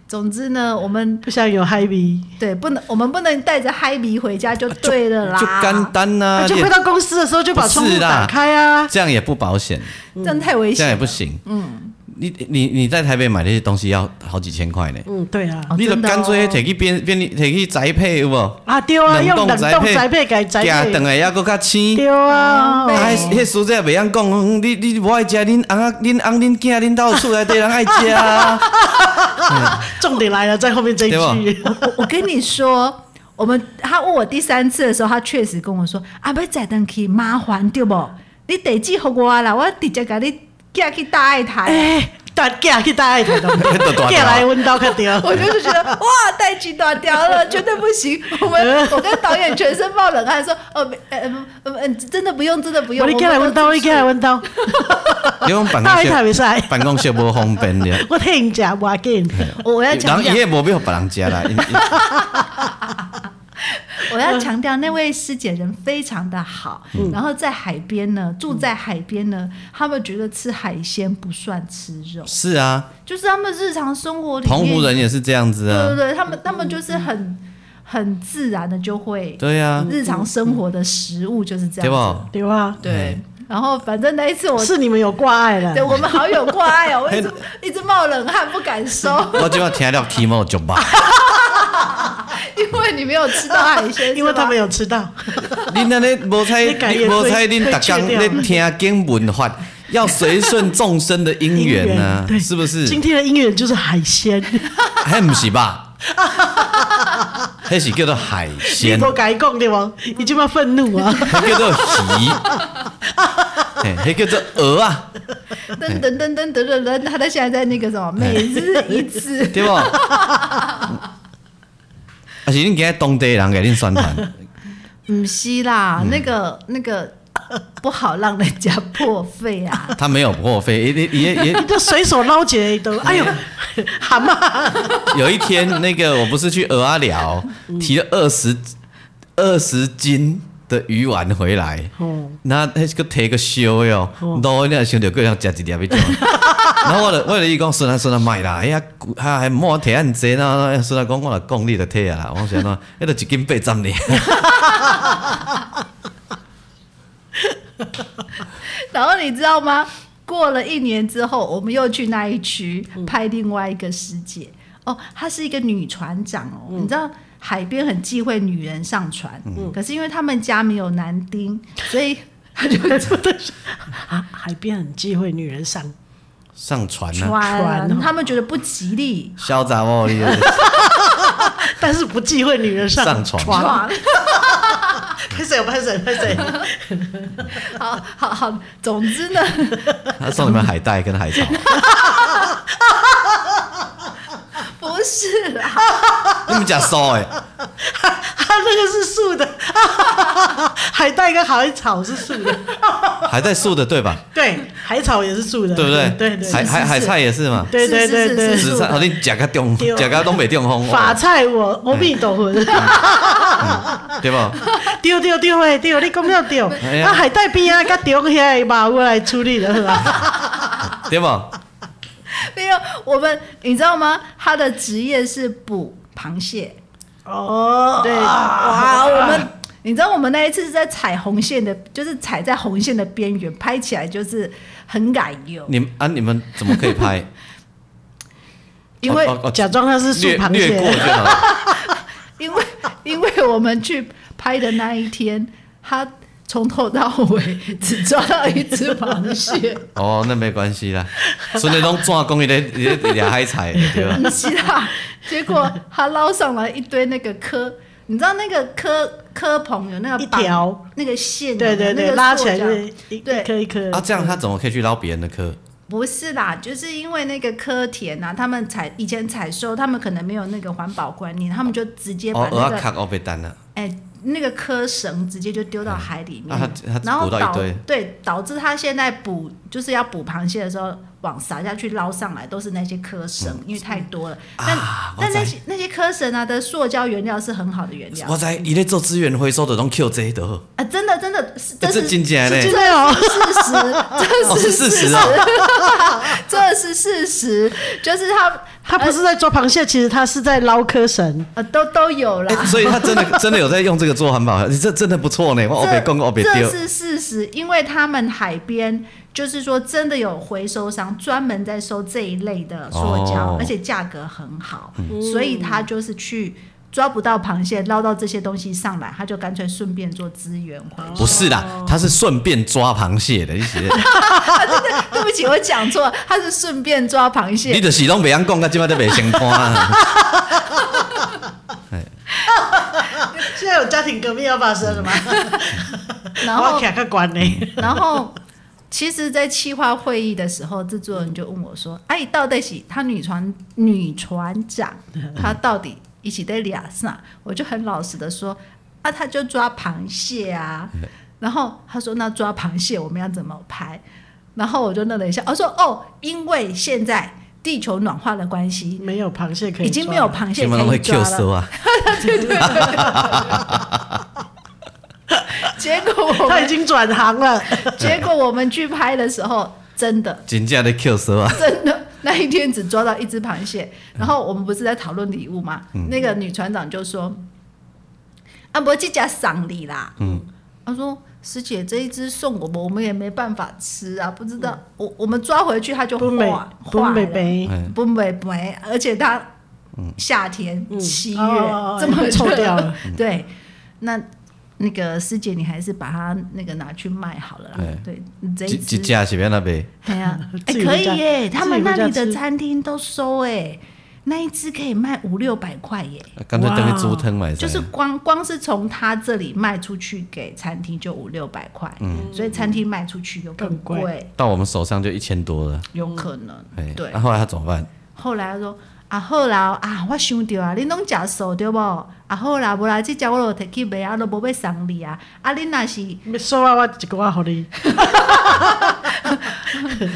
Speaker 2: 总之呢，我们
Speaker 1: 不想有嗨皮，
Speaker 2: 对不能，我们不能带着嗨皮回家就对了啦，
Speaker 3: 啊就干单呐、
Speaker 1: 啊就
Speaker 3: 你
Speaker 1: 回到公司的时候就把窗户打开啊。
Speaker 3: 这样也不保险，
Speaker 2: 这样太危
Speaker 3: 这
Speaker 2: 险
Speaker 3: 样也
Speaker 2: 了。
Speaker 3: 不行。嗯，你你你在台北买那些东西要好几千块呢，
Speaker 1: 嗯，对啊，
Speaker 2: 哦
Speaker 3: 你就
Speaker 2: 真的
Speaker 3: 干脆
Speaker 2: 哦
Speaker 3: 摕去便便利摕去宅配有无？
Speaker 1: 啊对啊，
Speaker 3: 冷冻
Speaker 1: 用冷
Speaker 3: 宅
Speaker 1: 冻
Speaker 3: 配
Speaker 1: 宅配改宅
Speaker 3: 寄
Speaker 1: 配
Speaker 3: 等，来还佫较鲜。
Speaker 1: 对啊，
Speaker 2: 对
Speaker 3: 啊，迄迄师姐袂晓讲，嗯你你无爱食，恁翁啊，恁翁恁囝恁兜厝内底人爱食啊，
Speaker 1: 重点来了，在后面这一
Speaker 3: 对
Speaker 1: 句，
Speaker 2: 我我跟你说，我们他问我第三次的时候，他确实跟我说：“啊，要再等去麻烦对不？你地址给我啦，我直接给你寄去大爱台。
Speaker 1: 哎，大家去大爱台都
Speaker 3: 那就大条
Speaker 1: 寄来温刀看掉，
Speaker 2: 我就是觉得哇，带起短条了，绝对不行。我 们我跟导演全身冒冷汗，说：“哦，没呃呃呃，真的不用，真的不用。
Speaker 1: 我
Speaker 2: 我
Speaker 1: 你
Speaker 2: 们都支持”
Speaker 1: 寄来温刀，你寄来温刀，
Speaker 3: 你讲 办
Speaker 1: 大爱台
Speaker 3: 公
Speaker 1: 袂
Speaker 3: 室
Speaker 1: 使，
Speaker 3: 办公室无方便了，
Speaker 1: 我替因食无要紧，
Speaker 2: 我我要强
Speaker 3: 人伊
Speaker 2: 调，
Speaker 3: 也无必要别人食啦，因因
Speaker 2: 我要强调，那位师姐人非常的好。然后在海边呢，住在海边呢，他们觉得吃海鲜不算吃肉。
Speaker 3: 是啊，
Speaker 2: 就是他们日常生活里面，
Speaker 3: 澎湖人也是这样子
Speaker 2: 对对
Speaker 3: 啊，
Speaker 2: 对，他们他们就是很很自然的就会
Speaker 3: 对啊，
Speaker 2: 日常生活的食物就是这
Speaker 3: 对
Speaker 2: 样子，
Speaker 3: 不？
Speaker 1: 对吧？
Speaker 2: 对。然后反正那一次我，
Speaker 1: 是啊你们有挂碍
Speaker 2: 对
Speaker 1: 了，
Speaker 2: 我们好有挂碍哦，我一直一直冒冷汗，不敢 收，
Speaker 3: 我就要听了题目就吧，
Speaker 2: 因为你没有吃到海 鲜，
Speaker 1: 因为他们
Speaker 2: 有
Speaker 1: 有吃到，
Speaker 3: 恁安尼无彩，
Speaker 1: 你改
Speaker 3: 你
Speaker 1: 也
Speaker 3: 无
Speaker 1: 会
Speaker 3: 彩，恁
Speaker 1: 会去
Speaker 3: 逐工
Speaker 1: 掉
Speaker 3: 咧听经文法，要随顺众生的因缘
Speaker 1: 因缘，
Speaker 3: 啊
Speaker 1: 对
Speaker 3: 是不是？
Speaker 1: 今天的音乐就是海鲜，
Speaker 3: 迄毋是吧？迄是叫做海
Speaker 1: 你
Speaker 3: 鲜，
Speaker 1: 无改讲对吗？你即嘛愤怒啊！
Speaker 3: 迄叫做 鱼，嘿迄叫做鹅啊，
Speaker 2: 噔噔噔噔噔噔噔，他在现在在那个什么每日一 次，
Speaker 3: 对 无？啊是恁今日当地人给恁宣传，
Speaker 2: 嗯，是啦，那个那个不好让人家破费啊，
Speaker 3: 他没有破费，也也也也
Speaker 1: 你就随手捞起来一兜，哎呦，蛤蟆，
Speaker 3: 有一天那个我不是去鹅阿寮
Speaker 1: 嗯
Speaker 3: 提了二十二十斤的鱼丸回来，
Speaker 1: 哦，
Speaker 3: 那迄个摕个烧的哦，老你也想着个人食一粒要 怎？然后我就我就伊讲孙啊孙啊卖啦，哎呀，啊还莫摕安济呐，孙啊讲我就讲你就摕啊啦，我想讲，迄就一斤八 十呢，
Speaker 2: 然后你知道吗？过了一年之后，我们又去那一区
Speaker 1: 嗯
Speaker 2: 拍另外一个师姐。哦，她是一个女船长哦。
Speaker 1: 嗯
Speaker 2: 你知道海边很忌讳女人上船，可是因为他们家没有男丁，所以她就
Speaker 1: 啊海边很忌讳女人上，
Speaker 3: 上船啊，
Speaker 2: 船
Speaker 1: 船哦，
Speaker 2: 他们觉得不吉利。
Speaker 3: 潇洒哦，你
Speaker 1: 但是不忌讳女人上
Speaker 3: 上床
Speaker 1: 床。
Speaker 2: 哇，
Speaker 1: 拍谁？拍谁？拍谁？
Speaker 2: 好好好，总之呢，
Speaker 3: 他送你们海带跟 海草，
Speaker 2: 不是啦，
Speaker 3: 你们食素诶，
Speaker 1: 他啊那个是素的， 海带跟海草是素 的，
Speaker 3: 海带素的对吧？
Speaker 1: 对，海草也是素的，
Speaker 3: 对不对？
Speaker 1: 对对，
Speaker 3: 海
Speaker 1: 对
Speaker 3: 海海菜也是嘛，
Speaker 1: 对对对对
Speaker 2: 是是
Speaker 1: 对。
Speaker 3: 紫菜，好你食个中，
Speaker 1: 对
Speaker 3: 食个东北中风，
Speaker 1: 法菜我阿弥陀佛，
Speaker 3: 哦对不？
Speaker 1: 丢丢丢诶丢，你讲了丢，
Speaker 3: 哎呀
Speaker 1: 啊海带边啊，甲丢遐个肉我来处理了，是吧？
Speaker 3: 对不？
Speaker 2: 没有我们，你知道吗？她的职业是捕螃蟹。
Speaker 1: 哦，
Speaker 2: 对，
Speaker 1: 啊
Speaker 2: 哇，我们你知道我们那一次是在踩红线的，就是踩在红线的边缘，拍起来就是很感
Speaker 1: 嗯
Speaker 2: 忧，
Speaker 3: 你们啊你们怎么可以拍？
Speaker 2: 因为
Speaker 3: 哦哦哦
Speaker 1: 假装它是素
Speaker 3: 略
Speaker 1: 螃
Speaker 3: 略过
Speaker 1: 蟹，
Speaker 3: 就好了。
Speaker 2: 因为 因为我们去拍的那一天，他从头到尾只抓到一只 螃蟹，
Speaker 3: 哦，那没关系啦，所以拢抓讲伊咧伊咧掠海菜的对吧？
Speaker 2: 不是啦，结果他捞上来一堆那个科，你知道那个科科棚有那个
Speaker 1: 一
Speaker 2: 绑
Speaker 1: 条
Speaker 2: 那个线，
Speaker 1: 对对
Speaker 2: 那
Speaker 1: 对，
Speaker 2: 个
Speaker 1: 拉
Speaker 2: 塑
Speaker 1: 起来
Speaker 2: 胶
Speaker 1: 就是一一
Speaker 2: 对
Speaker 1: 颗一颗。
Speaker 3: 啊，这样他怎么可以去捞别人的科？
Speaker 2: 不是啦，就是因为那个科田啊，他们采以前采收，他们可能没有那个环保观念，他们就直接把
Speaker 3: 哦，
Speaker 2: 那
Speaker 3: 鹅啊
Speaker 2: 个
Speaker 3: 卡哦被单了，
Speaker 2: 哎、那个科绳直接就丢到海里面，
Speaker 3: 啊他他
Speaker 2: 然后
Speaker 3: 捕到
Speaker 2: 导
Speaker 3: 一堆
Speaker 2: 对导致他现在捕就是要捕螃蟹的时候，网撒下去捞上来都是那些科绳，因为太多了。但、
Speaker 3: 嗯啊
Speaker 2: 但
Speaker 3: 我知
Speaker 2: 那些那些科绳啊的塑胶原料是很好的原料
Speaker 3: 我知伊咧做资源回收的拢 Q 这的，哦，
Speaker 2: 啊，真的真的是
Speaker 3: 欸
Speaker 2: 这
Speaker 3: 这
Speaker 2: 是
Speaker 3: 真正
Speaker 2: 这
Speaker 3: 嘞
Speaker 2: 是
Speaker 1: 真的哦
Speaker 2: 事实， 这
Speaker 3: 是
Speaker 2: 是
Speaker 3: 事
Speaker 2: 事
Speaker 3: 实
Speaker 2: 实
Speaker 3: 啊，
Speaker 2: 这是事实，就是他
Speaker 1: 他不是在抓螃蟹，其实他是在捞颗绳。
Speaker 2: 呃，都都有啦。
Speaker 3: 欸所以他真的真的有在用这个做环保，这真的不错呢。我
Speaker 2: 这
Speaker 3: 哦被讲哦被
Speaker 2: 这
Speaker 3: 丢，
Speaker 2: 是事实，因为他们海边就是说真的有回收商专门在收这一类的塑胶，
Speaker 3: 哦
Speaker 2: 而且价格很好，
Speaker 1: 嗯
Speaker 2: 所以他就是去。抓不到螃蟹，捞到这些东西上来，他就干脆顺便做资源回收。
Speaker 3: 不是啦，他是顺便抓螃蟹的，你是
Speaker 2: 对不起，我讲错，他是顺便抓螃蟹
Speaker 3: 你。就是拢袂晓讲，到即摆都袂成看啊。
Speaker 1: 现在有家庭革命要发生 了吗？
Speaker 2: 然
Speaker 1: 我
Speaker 2: 后
Speaker 1: 要卡个关呢。
Speaker 2: 然后，其实，在企划会议的时候，制作人就问我说：“哎、啊，到底是他女船女船 长，她到底一起在俩上？”我就很老实的说：“啊，他就抓螃 蟹啊。”然后他说：“那抓螃蟹我们要怎么拍？”然后我就愣了一下，我说：“哦，因为现在地球暖化的关系，
Speaker 1: 没有螃蟹可以抓了，
Speaker 2: 已经没有螃蟹
Speaker 3: 基本上
Speaker 2: 可
Speaker 3: 会
Speaker 2: 以抓
Speaker 3: Q
Speaker 2: 了。
Speaker 3: 收啊，
Speaker 2: 结果 我
Speaker 1: 他已
Speaker 2: 们
Speaker 1: 经转行了。
Speaker 2: 结果我们去拍的时候，真的
Speaker 3: 真正咧 Q 收啊。
Speaker 2: 真的那一天只抓到一只螃蟹，然后我们不是在讨论礼物嘛？那个女船长就说：“啊，伯这家赏礼啦。”嗯，她说：“师姐，这一只送我们，我们也没办法吃啊，不知道、我我们抓回去它就
Speaker 1: 不美
Speaker 2: 化
Speaker 1: 不
Speaker 2: 化
Speaker 1: 美
Speaker 2: 了，
Speaker 1: 杯，
Speaker 3: 嗯
Speaker 2: 不美美，而且它夏天、
Speaker 1: 嗯
Speaker 2: 七月、
Speaker 1: 哦哦哦
Speaker 2: 这么
Speaker 1: 已经臭
Speaker 2: 热
Speaker 1: 掉了，，
Speaker 2: 对，那。”那个师姐，你还是把它那个拿去卖好了啦。对，你这
Speaker 3: 一
Speaker 2: 一
Speaker 3: 一
Speaker 2: 只
Speaker 3: 只是要那边，
Speaker 2: 哎呀 哎、
Speaker 1: 自己
Speaker 2: 可
Speaker 1: 回
Speaker 2: 以
Speaker 1: 家
Speaker 2: 耶，他们
Speaker 1: 自己
Speaker 2: 那
Speaker 1: 回家
Speaker 2: 里的
Speaker 1: 吃
Speaker 2: 餐厅都收哎，那一只可以卖五六百块耶，
Speaker 3: 干脆等于煮汤买。
Speaker 2: 就是光光是从他这里卖出去给餐厅就五六百块，所以餐厅卖出去又
Speaker 1: 嗯
Speaker 2: 更
Speaker 1: 更贵嗯
Speaker 2: 贵，
Speaker 3: 到我们手上就一千多了。
Speaker 2: 有可能。
Speaker 3: 哎，
Speaker 2: 对
Speaker 1: 啊
Speaker 3: 那、后来他怎么办？
Speaker 2: 后来他说啊，好啦啊，我想到啊，恁拢食素对无？啊，好啦，无啦，即只我都摕去卖啊，都无要送你啊，啊，恁若是。
Speaker 1: 收啊，我一个我好你，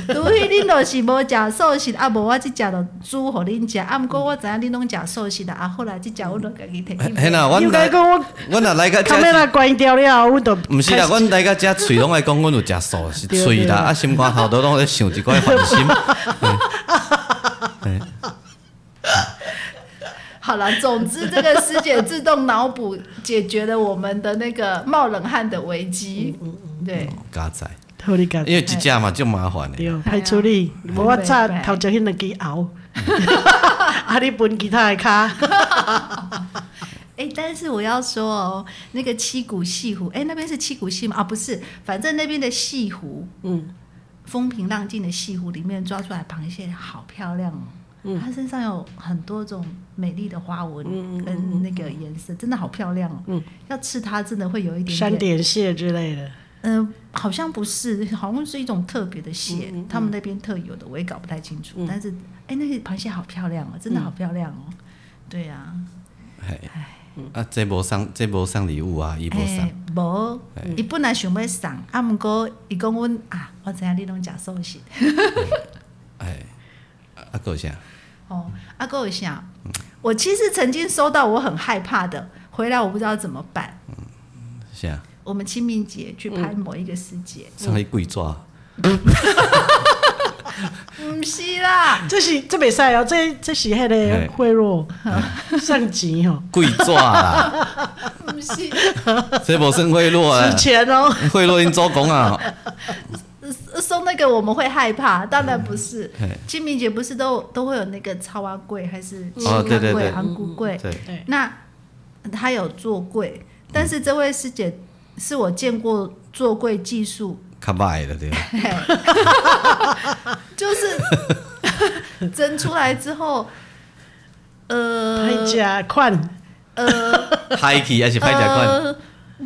Speaker 2: 除非恁著是无食素食，啊无我即只著煮互恁食。啊，毋过我知影恁拢食素食啦，啊后来即只我著家己摕去 买。
Speaker 3: 嘿啦，阮
Speaker 1: 应该
Speaker 3: 来，
Speaker 1: 讲我
Speaker 3: 阮 若来个
Speaker 1: 卡梅
Speaker 3: 遮，
Speaker 1: 拉关掉了，我都
Speaker 3: 毋是啦，阮来个遮喙拢爱讲，阮有食素，是
Speaker 1: 对
Speaker 3: 喙
Speaker 1: 对
Speaker 3: 啦，啊心肝头都拢在想一寡烦心。
Speaker 2: 好了，总之这个师姐自动脑补解决了我们的那个冒冷汗的危机。对，
Speaker 3: 加载，
Speaker 1: 好你干
Speaker 3: 因为一只嘛就麻烦
Speaker 2: 哎
Speaker 3: 的。
Speaker 1: 对，派出你，无我插
Speaker 2: 拜拜
Speaker 1: 头前迄两支熬， 啊你分其他的卡，
Speaker 2: 哎、但是我要说哦，那个七股西湖，哎、那边是七股西吗？啊，不是，反正那边的西湖，
Speaker 1: 嗯，
Speaker 2: 风平浪静的西湖里面抓出来螃蟹，好漂亮哦！
Speaker 1: 嗯
Speaker 2: 它身上有很多种美丽的花纹跟那个颜色，真的好漂亮哦。
Speaker 1: 嗯
Speaker 2: 要吃它真的会有一点
Speaker 1: 山嗯
Speaker 2: 点，
Speaker 1: 点蟹之类的，
Speaker 2: 嗯、好像不是，好像是一种特别的蟹，
Speaker 1: 嗯
Speaker 2: 他们那边特有的，我也搞不太清楚。但是，哎，那个螃蟹好漂亮哦，真的好漂亮哦。
Speaker 1: 嗯
Speaker 2: 对啊，
Speaker 3: 嘿，啊，这无送，这无送礼物啊，伊无送。
Speaker 2: 哎，无，伊本来想要送，啊，毋过伊讲阮啊，我知影你拢食素食。
Speaker 3: 哎，啊，啊还有啥？
Speaker 2: 哦，阿哥一下，我其实曾经收到我很害怕的，回来我不知道怎么办。
Speaker 3: 啥？
Speaker 2: 我们清明节去拍
Speaker 3: 嗯
Speaker 2: 某一个时节，
Speaker 3: 送伊贵纸。
Speaker 2: 嗯，是 啦，
Speaker 1: 这是这袂使哦，这这是迄
Speaker 3: 嘿
Speaker 1: 个贿赂
Speaker 2: 嗯
Speaker 1: 上级哦吼，
Speaker 3: 贵 纸啦，
Speaker 2: 不是，
Speaker 3: 这无算贿赂啊
Speaker 1: 之！前哦，
Speaker 3: 贿赂因祖 公啊！
Speaker 2: 呃送那个我们会害怕，当然不是
Speaker 3: 嗯嘿。
Speaker 2: 清明节不是都都会有那个超蛙柜还是青
Speaker 3: 哦对对
Speaker 2: 蛙柜、
Speaker 3: 对
Speaker 2: 昂菇柜？
Speaker 3: 对，
Speaker 1: 对，
Speaker 2: 那他有做柜，但是这位师姐是我见过做柜技术
Speaker 3: 较歹了对。
Speaker 2: 就是 蒸出来之后，呃，
Speaker 1: 拍假哎款，
Speaker 2: 呃，
Speaker 3: 歹去还是歹食款？
Speaker 2: 呃，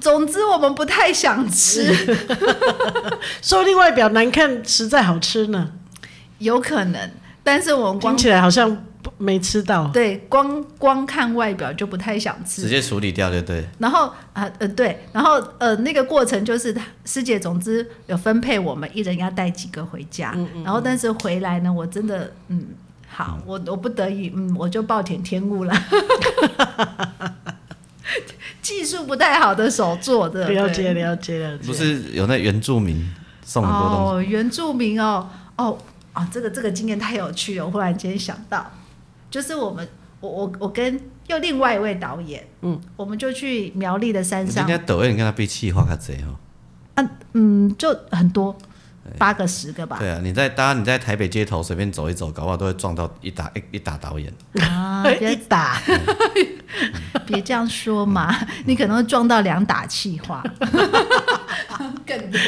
Speaker 2: 总之我们不太想 吃，
Speaker 1: 说不定外表难看，实在好吃呢，
Speaker 2: 有可能，但是我们
Speaker 1: 听
Speaker 2: 光
Speaker 1: 起来好像不没吃到，
Speaker 2: 对光光看外表就不太想
Speaker 3: 直
Speaker 2: 吃。
Speaker 3: 接处理掉对对。
Speaker 2: 然后啊呃对，然后呃那个过程就是她师姐，总之有分配我们一人要带几个回家，然后但是回来呢，我真的嗯好，我我不得已嗯我就暴殄天物 了。技术不太好的手做的，
Speaker 1: 了
Speaker 2: 对
Speaker 1: 解了解了解，
Speaker 3: 不是有那原住民送很多东西，
Speaker 2: 哦，原住民哦，哦啊，这个这个经验太有趣了，我忽然间想到，就是我们我我我跟又另外一位导演，嗯，我们就去苗栗的山
Speaker 3: 你
Speaker 2: 上
Speaker 3: 哦今，天抖音跟他被气化较济吼，
Speaker 2: 嗯，就很多，八个十个吧。
Speaker 3: 对啊，你在当然你在台北街头随便走一走，搞不好都会撞到一打一一打导演。
Speaker 2: 啊，
Speaker 1: 一
Speaker 2: 别
Speaker 1: 打，
Speaker 2: 别这样说嘛，你可能会撞到两打气话，更多。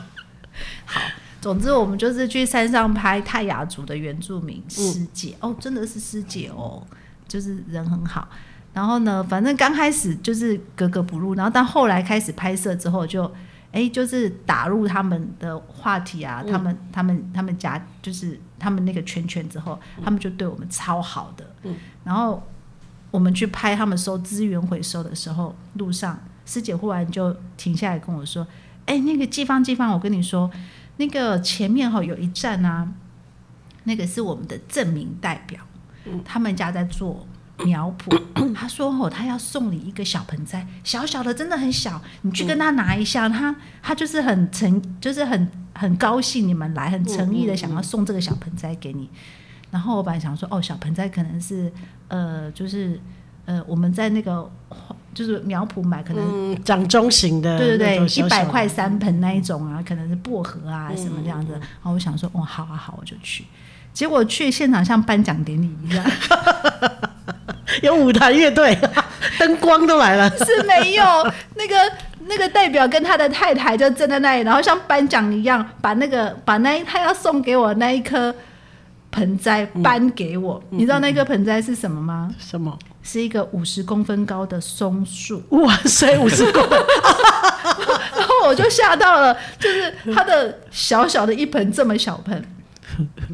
Speaker 2: 好，总之我们就是去山上拍泰雅族的原住民师姐、哦，真的是师姐哦，就是人很好。然后呢，反正刚开始就是格格不入，然后但后来开始拍摄之后就。哎，就是打入他们的话题啊，他们、他们、他们家，就是他们那个圈圈之后，他们就对我们超好的。然后我们去拍他们收资源回收的时候，路上师姐忽然就停下来跟我说：“哎、那个季芳，季芳，我跟你说，那个前面哈、有一站啊，那个是我们的证明代表，他们家在做。”苗圃，他说哦，他要送你一个小盆栽，小小的，真的很小，你去跟他拿一下，他他就是很诚，就是很很高兴你们来，很诚意的想要送这个小盆栽给你。然后我本来想说，哦，小盆栽可能是呃，就是呃，我们在那个花就是苗圃买，可能、
Speaker 1: 嗯，掌中型的，
Speaker 2: 对对对，
Speaker 1: 一
Speaker 2: 一百块三盆那一种啊，可能是薄荷啊什么这样子。然后我想说，哦，好啊好，我就去。结果去现场像颁奖典礼一样，
Speaker 1: 有舞台乐队， 灯光都来了，
Speaker 2: 是没有那个那个代表跟他的太太就站在那里，然后像颁奖一样，把那个把那一他要送给我那一颗盆栽颁给我。你知道那颗盆栽是什么吗？
Speaker 1: 什么？
Speaker 2: 是一个五十公分高的松树。
Speaker 1: 哇塞，五十 公分，
Speaker 2: 然后我就吓到了，就是它的小小的一盆这么小盆，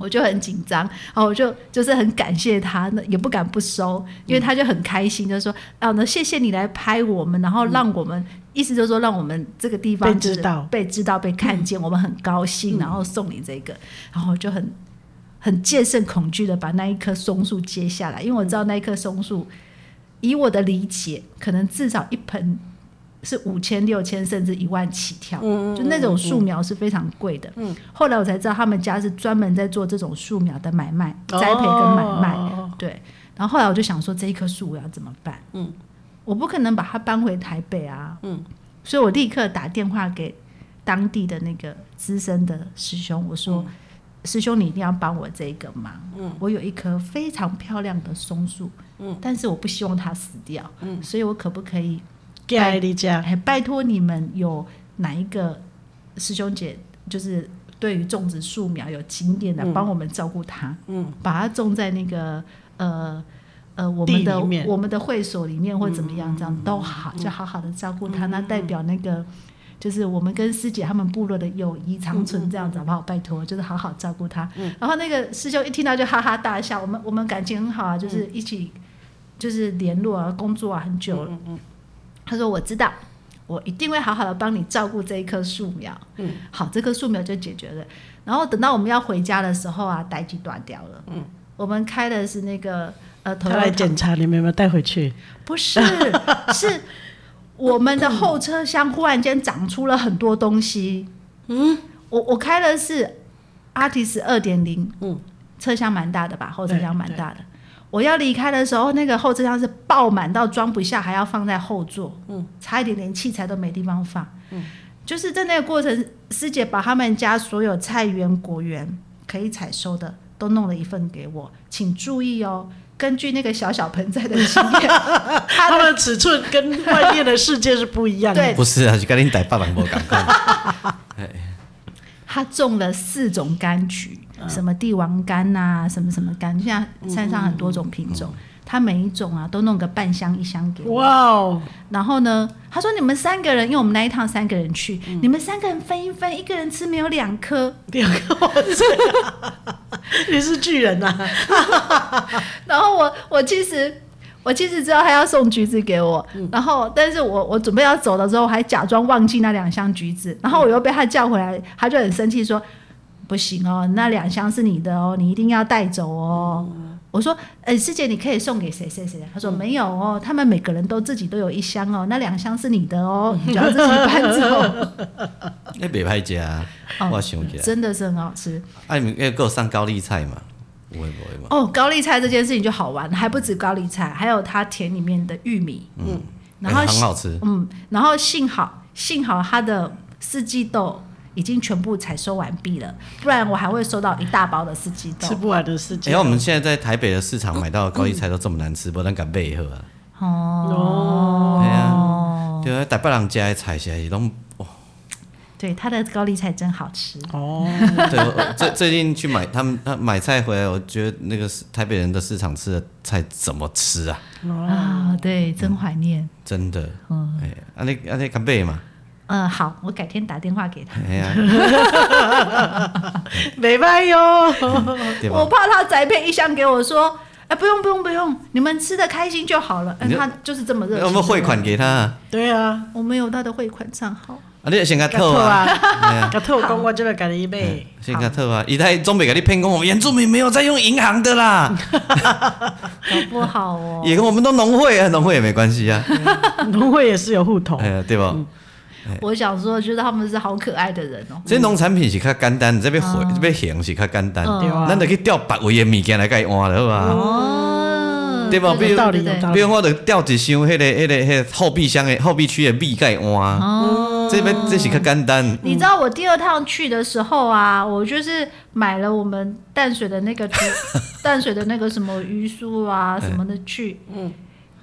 Speaker 2: 我就很紧张，然后我就就是很感谢他，那也不敢不收，因为他就很开心，就说啊，那谢谢你来拍我们，然后让我们。意思就是说，让我们这个地
Speaker 1: 嗯
Speaker 2: 方
Speaker 1: 被知
Speaker 2: 就是
Speaker 1: 道嗯
Speaker 2: 被知道、被看见，我们很高兴，然后送你这个，然后我就很很戒慎恐惧的把那一棵松树接下来，因为我知道那一棵松树，以我的理解，可能至少一盆是五千、六千甚至一万起跳，嗯
Speaker 1: 嗯
Speaker 2: 就那种树苗是非常贵的。后来我才知道他们家是专门在做这种树苗的买卖、栽培跟买卖。
Speaker 1: 哦
Speaker 2: 对，然后后来我就想说，这一棵树我要怎么办？嗯，我不可能把它搬回台北啊。嗯，所以我立刻打电话给当地的那个资深的师兄，我说：“师兄，你一定要帮我这个忙。嗯，我有一棵非常漂亮的松树，嗯，但是我不希望它死掉，嗯，所以我可不可以
Speaker 1: 给艾丽家，
Speaker 2: 哎，拜托你们有哪一个师兄姐，就是对于种植树苗有经验的，帮、我们照顾它，嗯，把它种在那个呃呃我们
Speaker 1: 地里面嗯
Speaker 2: 的我们的会所里面或怎么样，这样、都好，就好好的照顾它，那代表那个。就是我们跟师姐他们部落的友谊长存这样子好不好？拜托，就是好好照顾他。
Speaker 1: 嗯
Speaker 2: 然后那个师兄一听到就哈哈大笑，我们我们感情很好啊，就是
Speaker 1: 嗯
Speaker 2: 一起就是联络啊，工作啊很久了。他说我知道，我一定会好好的帮你照顾这一棵树苗。嗯，好，这棵树苗就解决了。然后等到我们要回家的时候啊，呆机断掉了。嗯，我们开的是那个呃，
Speaker 1: 他来
Speaker 2: Toyota
Speaker 1: 检查你们有没有带回去？
Speaker 2: 不 是，是我们的后车厢忽然间长出了很多东西。嗯，我我开的是 Artis 二点零，嗯，车厢蛮大的吧，后车厢蛮大的。我要离开的时候，那个后车厢是爆满到装不下，还要放在后座，嗯，差一点连器材都没地方放，嗯，就是在那个过程，师姐把他们家所有菜园、果园可以采收的都弄了一份给我，请注意哦，根据那个小小盆栽的经验，
Speaker 1: 他们的尺寸跟外面的世界是不一样的。
Speaker 2: 对
Speaker 3: 不是啊，就跟你逮霸王无 赶快。
Speaker 2: 他种了四种柑橘，什么帝王柑呐、什么什么柑，现在山上很多种品种，他每一种啊都弄个半箱一箱给我。
Speaker 1: 哇哦，
Speaker 2: 然后呢，他说你们三个人，因为我们那一趟三个人去，你们三个人分一分，一个人吃没有两颗。
Speaker 1: 两个哇塞，你是巨人呐、啊！
Speaker 2: 然后我我其实我其实知道他要送橘子给我，然后但是我我准备要走的时候，我还假装忘记那两箱橘子，然后我又被他叫回来，他就很生气说：“不行哦，那两箱是你的哦，你一定要带走哦。我说：“呃，师姐，你可以送给谁谁谁？”他说：“没有哦，他们每个人都自己都有一箱哦，那两箱是你的哦，你就要自己搬走。
Speaker 3: 那袂歹食啊，
Speaker 2: 哦
Speaker 3: 我想起来，
Speaker 2: 真的是很好吃
Speaker 3: 啊，你们要给我上高丽菜嘛？有诶无诶嘛？
Speaker 2: 哦。高丽菜这件事情就好玩，还不止高丽菜，还有它田里面的玉米，嗯，然后
Speaker 3: 哎欸很好吃，
Speaker 2: 嗯，然后幸好幸好它的四季豆已经全部采收完毕了，不然我还会收到一大包的四季豆
Speaker 1: 吃。不完的事情。
Speaker 3: 哎、我们现在在台北的市场买到的高丽菜都这么难吃，不然敢背喝啊？
Speaker 1: 哦，
Speaker 3: 哎呀，对啊，台北人家的菜起来是拢。哇
Speaker 2: 对，它的高丽菜真好吃。
Speaker 1: 哦，
Speaker 3: 对，我我最最近去买他们他买菜回来，我觉得那个市台北人的市场吃的菜怎么吃啊？
Speaker 2: 啊，对，真怀念。
Speaker 3: 真的，哎，啊那啊那敢背嘛？
Speaker 2: 嗯、好，我改天打电话 给他。
Speaker 3: 哎呀，
Speaker 1: 没办哟，
Speaker 3: 对
Speaker 2: 我
Speaker 3: 吧？
Speaker 2: 怕他宅配一箱给我说，哎、不用不用不用，你们吃的开心就好了。哎、
Speaker 3: 你就
Speaker 2: 他就是这么热情。
Speaker 3: 我们汇款给他啊，
Speaker 1: 对啊，
Speaker 2: 我们有他的汇款账号。
Speaker 3: 啊你也先给他透
Speaker 1: 跟
Speaker 3: 啊，
Speaker 1: 啊，跟透讲我这边给你一杯，
Speaker 3: 先给他透啊，一代总北给你骗工，原住民没有在用银行的啦，
Speaker 2: 搞不好 哦。
Speaker 3: 也跟我们都农会啊，农会也没关系啊，
Speaker 1: 农会也是有户头
Speaker 3: 哎，呀，对吧？哎
Speaker 2: 我想说，就是他们是好可爱的人哦。
Speaker 3: 这农产品是较简单，这边火这边行是较简单，
Speaker 1: 对啊
Speaker 3: 咱，得去调别位的物件来改换了，好吧？
Speaker 2: 哦，
Speaker 3: 对吧
Speaker 2: 对
Speaker 3: 比如
Speaker 1: 道理
Speaker 2: 对
Speaker 1: 有
Speaker 2: 对
Speaker 1: 道
Speaker 3: 比如我得调一箱迄、个、迄、个、迄、个后备箱的后备区的米盖碗，
Speaker 2: 哦，
Speaker 3: 这边这是较简单。
Speaker 2: 你知道我第二趟去的时候啊，我就是买了我们淡水的那个竹淡水的那个什么鱼酥啊什么的去，
Speaker 1: 嗯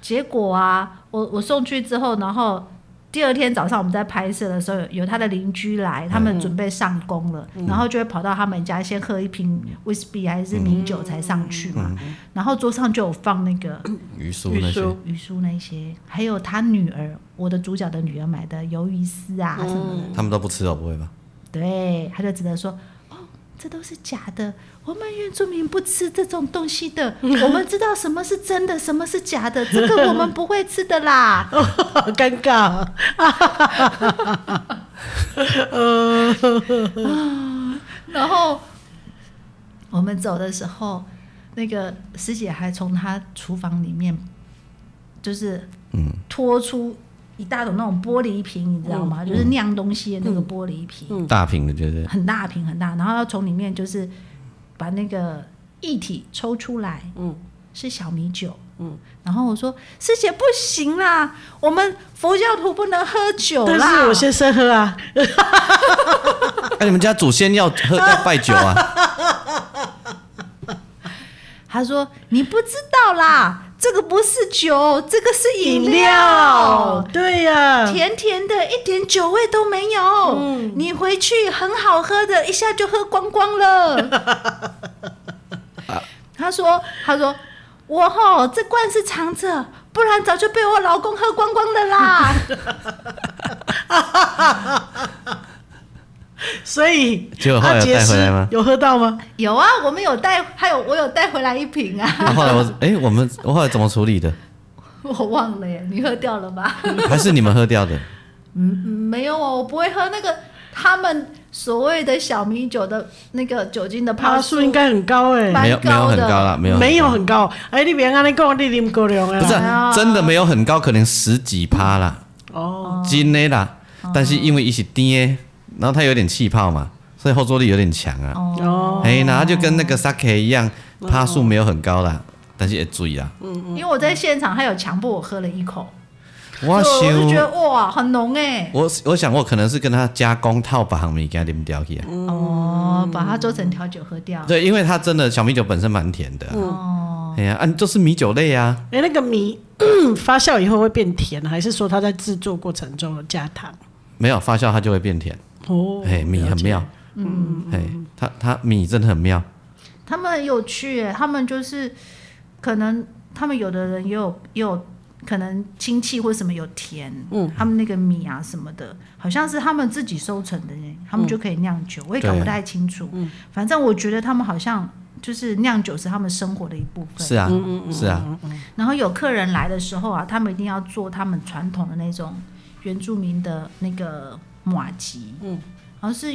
Speaker 2: 结果啊，我我送去之后，然后第二天早上我们在拍摄的时候，有有他的邻居来，他们准备上工了，然后就会跑到他们家先喝一瓶威士忌还是米酒才上去嘛，然后桌上就有放那个
Speaker 3: 鱼酥那些
Speaker 1: 鱼酥
Speaker 2: 鱼酥那些，还有他女儿，我的主角的女儿买的鱿鱼丝啊什么的。
Speaker 3: 他们都不吃哦，不会吧？
Speaker 2: 对，他就只能说：“哦，这都是假的，我们原住民不吃这种东西的， 我们知道什么是真的，什么是假的，这个我们不会吃的啦。
Speaker 1: 好尴 尬，呃
Speaker 2: 然后我们走的时候，那个师姐还从她厨房里面就是
Speaker 3: 嗯，
Speaker 2: 拖出一大桶那种玻璃瓶，你知道吗？就是酿东西的那个玻璃瓶。
Speaker 3: 大瓶的就是
Speaker 2: 很大瓶很大，然后要从里面就是把那个液体抽出来，嗯，是小米酒，嗯，然后我说师姐不行啦，我们佛教徒不能喝酒啦，
Speaker 1: 但是我先生喝啊，
Speaker 3: 哎、你们家祖先要喝 要拜酒啊？
Speaker 2: 他说你不知道啦，这个不是酒，这个是饮
Speaker 1: 饮料，对呀，
Speaker 2: 甜甜的，一点酒味都没有。
Speaker 1: 嗯
Speaker 2: 你回去很好喝的，一下就喝光光了。 他说：“他说我吼这罐是藏着，不然早就被我老公喝光光了啦。
Speaker 1: 所以
Speaker 3: 结果后来
Speaker 1: 阿
Speaker 3: 有
Speaker 1: 杰
Speaker 3: 带回来吗
Speaker 1: 斯有喝到吗？”
Speaker 2: 有啊，我们有带，还有我有带回来一瓶啊，
Speaker 3: 那、后来我哎、我们我后来怎么处理的？
Speaker 2: 我忘了耶，你喝掉了吧？
Speaker 3: 还是你们喝掉的？
Speaker 2: 嗯，没有哦，我不会喝那个他们所谓的小米酒的那个酒精的
Speaker 1: 趴
Speaker 2: 趴
Speaker 1: 数应该很高哎、
Speaker 2: 蛮
Speaker 3: 没有没有
Speaker 2: 高
Speaker 3: 很
Speaker 2: 的
Speaker 3: 高啦，没有
Speaker 1: 没有
Speaker 3: 很
Speaker 1: 很高。哎、你别跟你讲，你啉过量的
Speaker 3: 高不是
Speaker 1: 啦。
Speaker 3: 啊、
Speaker 2: 哎呀
Speaker 3: 真的没有很高，可能十几趴啦。
Speaker 1: 哦，
Speaker 3: 真的啦，但是因为一起跌，然后它有点气泡嘛，所以后坐力有点强啊。
Speaker 1: 哦，
Speaker 3: 哎、然后就跟那个 sake 一样，趴数没有很高啦，但是也注意啦。
Speaker 2: 因为我在现场，他有强迫我喝了一口，
Speaker 3: 我
Speaker 2: 所以我就觉得
Speaker 3: 想，
Speaker 2: 哇，很浓哎、
Speaker 3: 我我想我可能是跟他加工套把行米给他啉掉去啊。
Speaker 2: 哦，把它做成调酒喝掉。
Speaker 3: 对，因为它真的小米酒本身蛮甜的、啊
Speaker 2: 哦，
Speaker 3: 哎呀、啊，就是米酒类啊。
Speaker 1: 哎、那个米嗯发酵以后会变甜，还是说它在制作过程中有加糖？
Speaker 3: 没有发酵它就会变甜。
Speaker 1: 哦，
Speaker 3: 哎、米
Speaker 1: 了
Speaker 3: 很
Speaker 1: 解
Speaker 3: 妙。嗯，哎、它它米真的很妙。
Speaker 2: 他们很有趣耶，他们就是可能他们有的人也有也有可能亲戚或什么有田，嗯，他们那个米啊什么的，好像是他们自己收成的耶，他们就可以酿酒，我也搞不太清楚。反正我觉得他们好像就是酿酒是他们生活的一部分。
Speaker 3: 是啊，是啊，
Speaker 2: 然后有客人来的时候啊，他们一定要做他们传统的那种原住民的那个马吉，嗯，然后是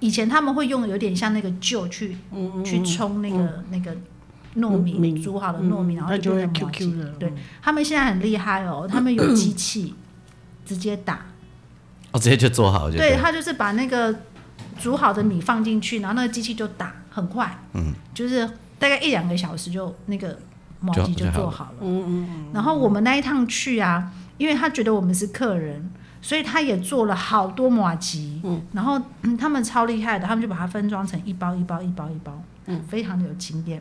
Speaker 2: 以前他们会用有点像那个臼去、去冲那个、那个嗯糯
Speaker 1: 嗯
Speaker 2: 米
Speaker 1: 米
Speaker 2: 煮好的糯米，然后
Speaker 1: 它就
Speaker 2: 就
Speaker 1: 会
Speaker 2: 变成马
Speaker 1: QQ
Speaker 2: 吉。
Speaker 1: 的。
Speaker 2: 对他们现在很厉害 哦，他们有机器直接打，
Speaker 3: 我哦直接就做好就
Speaker 2: 对
Speaker 3: 了
Speaker 2: 他就是把那个煮好的米放进去，然后那个机器就打，很快，嗯，就是大概一两个小时就那个毛
Speaker 3: 就
Speaker 2: 鸡
Speaker 3: 就
Speaker 2: 就
Speaker 3: 好
Speaker 2: 做嗯
Speaker 3: 了
Speaker 2: 好了，嗯嗯然后我们那一趟去啊，因为他觉得我们是客人，所以他也做了好多马吉，嗯，然后、 嗯他们超厉害的，他们就把它分装成一包一包一包一包，嗯，非常的有经验。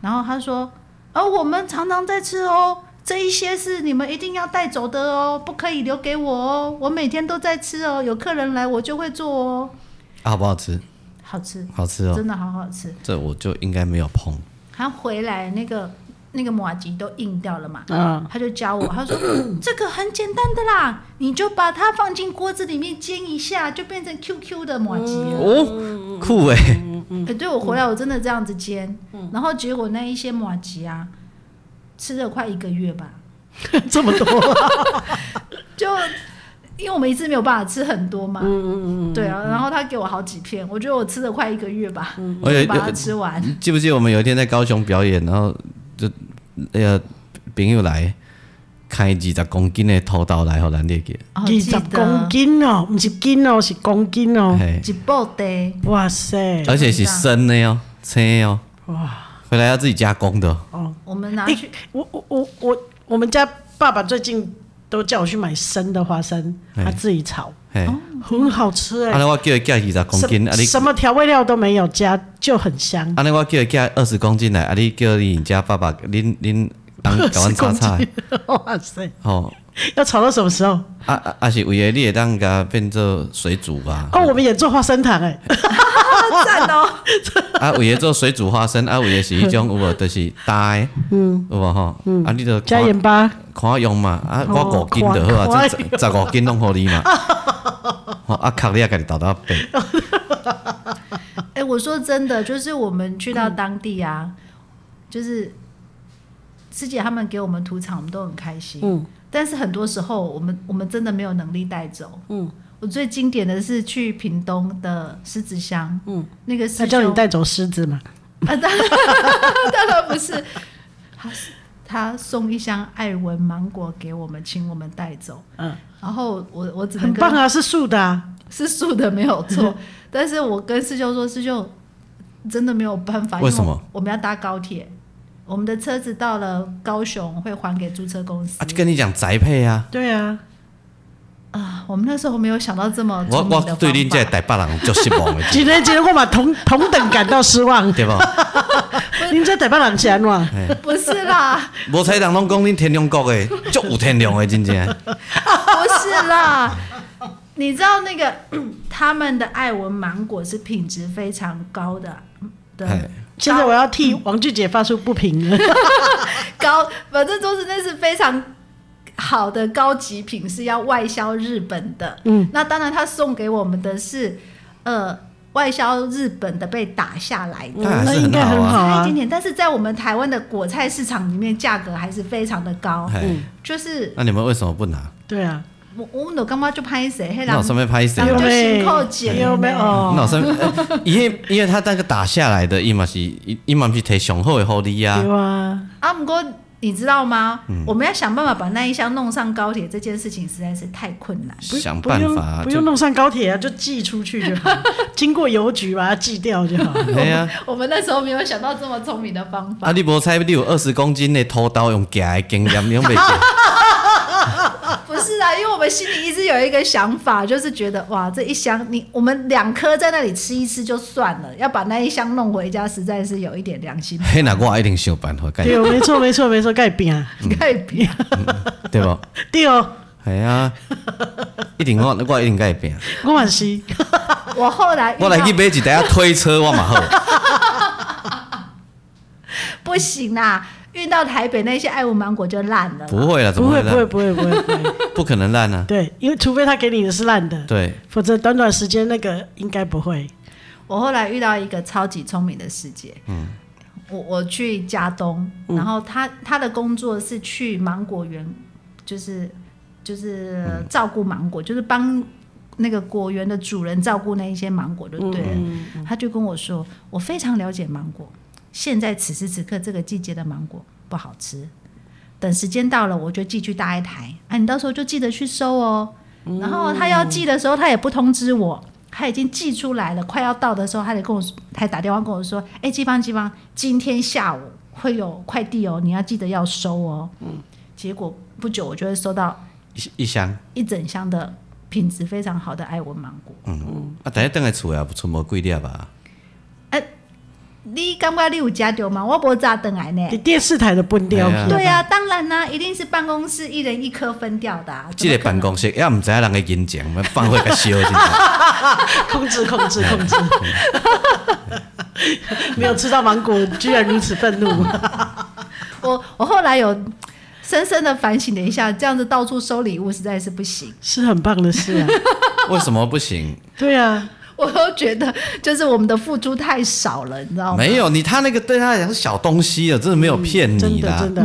Speaker 2: 然后他说，而、我们常常在吃哦，这一些是你们一定要带走的哦，不可以留给我哦，我每天都在吃哦，有客人来我就会做哦，
Speaker 3: 啊好不好吃？
Speaker 2: 好吃，
Speaker 3: 好吃哦，
Speaker 2: 真的好好吃。
Speaker 3: 这我就应该没有碰。
Speaker 2: 他回来那个那个马吉都硬掉了嘛，
Speaker 1: 嗯，
Speaker 2: 他就教我，他说 这个很简单的啦，你就把它放进锅子里面煎一下，就变成 QQ 的马吉了。
Speaker 3: 哦，酷哎、
Speaker 1: 嗯
Speaker 2: 哎、对我回来我真的这样子煎，然后结果那一些马吉啊，吃了快一个月吧，
Speaker 1: 这么多，
Speaker 2: 就因为我们一次没有办法吃很多
Speaker 1: 嗯
Speaker 2: 嘛，对啊，然后他给我好几片，我觉得我吃了快一个月吧，
Speaker 1: 嗯
Speaker 3: 而且
Speaker 2: 就把它吃完。
Speaker 1: 哎
Speaker 3: 你记不记得我们有一天在高雄表演，然后就呃那个朋友来开二十公斤的头刀来，互咱列给，
Speaker 2: 哦
Speaker 1: 二
Speaker 2: 记
Speaker 1: 十
Speaker 2: 得
Speaker 1: 公斤哦，不是斤哦，是公斤哦，
Speaker 3: 嘿，哎
Speaker 2: 一包的，
Speaker 1: 哇塞，
Speaker 3: 而且是生的哦，生的哦，
Speaker 1: 哇，
Speaker 3: 回来要自己加工的哦。
Speaker 2: 我们拿
Speaker 1: 哎
Speaker 2: 去，
Speaker 1: 我我我我我们家爸爸最近都叫我去买生的花生，
Speaker 3: 哎
Speaker 1: 他自己炒，
Speaker 3: 嘿，
Speaker 1: 很好吃哎、
Speaker 3: 安尼我叫伊寄二十啊公斤，啊
Speaker 1: 什
Speaker 3: 你，啊
Speaker 1: 什么调味料都没有加，就很香。
Speaker 3: 安尼我叫伊寄二十公斤来，啊你叫你家爸爸，恁恁当甲
Speaker 1: 20
Speaker 3: 阮嗯炒哦
Speaker 1: 公
Speaker 3: 菜
Speaker 1: 斤， 哇塞！
Speaker 3: 吼，
Speaker 1: 要炒到什么时候？
Speaker 3: 啊啊啊是为了你会当甲变做水煮吧，
Speaker 1: 哦，我们也做花生糖哎、
Speaker 2: 啊赞哦！
Speaker 3: 啊为了做水煮花生，啊为了是迄种有无，就是搭的，嗯，有无吼，啊你就
Speaker 1: 加
Speaker 3: 看
Speaker 1: 盐巴，
Speaker 3: 看用嘛，啊
Speaker 1: 哦
Speaker 3: 我五斤就好啊，
Speaker 1: 看
Speaker 3: 这十十五斤拢互你嘛，吼啊壳你啊家己豆豆掰，
Speaker 2: 哎、我说真的，就是我们去
Speaker 1: 嗯
Speaker 2: 到当地啊，就是师姐他们给我们土产，我们都很开心。
Speaker 1: 嗯，
Speaker 2: 但是很多时候，我们我们真的没有能力带走。
Speaker 1: 嗯，
Speaker 2: 我最经典的是去屏东的狮子乡，
Speaker 1: 嗯，
Speaker 2: 那个师
Speaker 1: 他
Speaker 2: 兄
Speaker 1: 叫你带走狮子嘛？
Speaker 2: 啊， 当然当然不是，他他送一箱艾文芒果给我们，请我们带走。
Speaker 1: 嗯，
Speaker 2: 然后我我只能
Speaker 1: 很
Speaker 2: 跟
Speaker 1: 棒啊，是素的啊。
Speaker 2: 是素的没有错，但是我跟师兄说，师兄真的没有办法，因
Speaker 3: 为什么？
Speaker 2: 我们要搭高铁，我们的车子到了高雄会还给租车公司
Speaker 3: 啊就跟你讲宅配啊，
Speaker 1: 对啊，，
Speaker 2: 啊。我们那时候没有想到这么
Speaker 3: 我
Speaker 2: 聪明
Speaker 3: 我
Speaker 2: 的方法
Speaker 3: 对恁这台北人足失望的
Speaker 1: 今天今天我把同同等感到失 望。
Speaker 3: 对无？
Speaker 1: 您这台北人是安怎？
Speaker 2: 不是啦，
Speaker 3: 无彩人拢讲恁天龙国的，足有天龙的，真正。
Speaker 1: 嗯
Speaker 2: 不是啦。你知道那个 他们的爱文芒果是品质非常高的的
Speaker 3: 哎
Speaker 1: 现在我要替
Speaker 2: 嗯
Speaker 1: 王俊杰发出不平了。
Speaker 2: 高，反正就是那是非常好的高级品，是要外销日本的。嗯，那当然他送给我们的是，呃，外销日本的被嗯打下来的。
Speaker 3: 当然
Speaker 1: 那
Speaker 3: 是
Speaker 1: 应
Speaker 3: 很
Speaker 1: 该
Speaker 3: 好
Speaker 1: 很好
Speaker 3: 啊。
Speaker 2: 差一
Speaker 1: 啊
Speaker 2: 点。点，但是在我们台湾的果菜市场里面，价格还是非常的高。
Speaker 3: 哎，
Speaker 2: 就是
Speaker 3: 那你们为什么不拿？
Speaker 1: 对啊，
Speaker 2: 我我们的干妈就拍谁，黑
Speaker 3: 那
Speaker 2: 狼
Speaker 3: 有上面拍谁
Speaker 2: 那？我
Speaker 1: 有
Speaker 2: 就
Speaker 1: 没
Speaker 2: 辛苦姐妹
Speaker 1: 有哦没有
Speaker 3: 那？有上 面，呃因为因为他那个打下来的，伊嘛是伊伊嘛不是摕上好的福利啊。
Speaker 1: 有啊，
Speaker 2: 啊，不过你知道吗？我们要想办法把那一箱弄上高铁，这件事情实在是太困难。
Speaker 1: 不
Speaker 3: 想
Speaker 1: 不
Speaker 3: 办
Speaker 1: 用
Speaker 3: 法啊
Speaker 1: 不用
Speaker 3: 就
Speaker 1: 弄上高铁啊，就寄出去就 好，经过邮局把它寄掉就好。
Speaker 3: 哎呀，
Speaker 2: 我们那时候没有想到这么聪明的方法
Speaker 3: 啊。你无猜，你有二十公斤的偷刀用夹的经验，你用 袂夹？
Speaker 2: 不是啊，因为我们心里一直有一个想法，就是觉得哇，这一箱你我们两颗在那里吃一吃就算了，要把那一箱弄回家，实在是有一点良心
Speaker 3: 嘿，那我一定想办法改，
Speaker 1: 对，哦没错没错没错，盖饼啊，
Speaker 2: 概念。
Speaker 3: 对不？
Speaker 1: 对哦，
Speaker 3: 系啊，一定我我一定改 变。
Speaker 1: 我也是。
Speaker 2: 我后来遇
Speaker 3: 我来去
Speaker 2: 到
Speaker 3: 买一台啊推车，我嘛好。
Speaker 2: 不行啦，遇到台北那些爱无芒果就烂了啦。
Speaker 3: 不会了，啊怎
Speaker 1: 不
Speaker 3: 么
Speaker 1: 会
Speaker 3: 会
Speaker 1: 不会
Speaker 3: 烂？
Speaker 1: 不会不会，不会
Speaker 3: 不可能烂啊！
Speaker 1: 对，因为除非他给你的是烂的，
Speaker 3: 对，
Speaker 1: 否则短短时间那个应该不会。
Speaker 2: 我后来遇到一个超级聪明的师姐，嗯，我我去加东，然后她她的工作是去芒果园，就是就是照顾芒果，就是帮那个果园的主人照顾那一些芒果就对了。她就跟我说，我非常了解芒果，现在此时此刻这个季节的芒果不好吃，等时间到了我就寄去大爱台，啊，你到时候就记得去收哦。然后他要寄的时候，他也不通知我，他已经寄出来了，快要到的时候，他得跟我说，还打电话跟我说，哎，季芳季芳，今天下午会有快递哦，你要记得要收哦。嗯，结果不久我就会收到
Speaker 3: 一一箱，
Speaker 2: 一整箱的品质非常好的艾文芒果。
Speaker 3: 嗯，啊，第一顿来厝也剩无几粒啊吧？
Speaker 2: 你感觉你有加丢吗？我不炸等来呢
Speaker 1: 你。电视台的分掉啊
Speaker 3: 哎呀
Speaker 1: 去，
Speaker 2: 对呀、当然啦、一定是办公室一人一颗分掉的、啊。
Speaker 3: 即个办公室也毋知影人的银钱， 我们放火甲烧，真的
Speaker 1: 控制控制控制， 没有吃到芒果，居然如此愤 怒。
Speaker 2: 我我后来有深深的反省了一下，这样子到处收礼物实在是不行。
Speaker 1: 是很棒的事啊，
Speaker 3: 为什么不行？
Speaker 1: 对啊，
Speaker 2: 我都觉得就是我们的付出太少了，你知
Speaker 1: 哦
Speaker 2: 道吗？
Speaker 3: 没有你，他那个对他来讲是小东西啊，真的没有骗
Speaker 1: 嗯真
Speaker 3: 你
Speaker 1: 的
Speaker 3: 啦
Speaker 1: 真。的，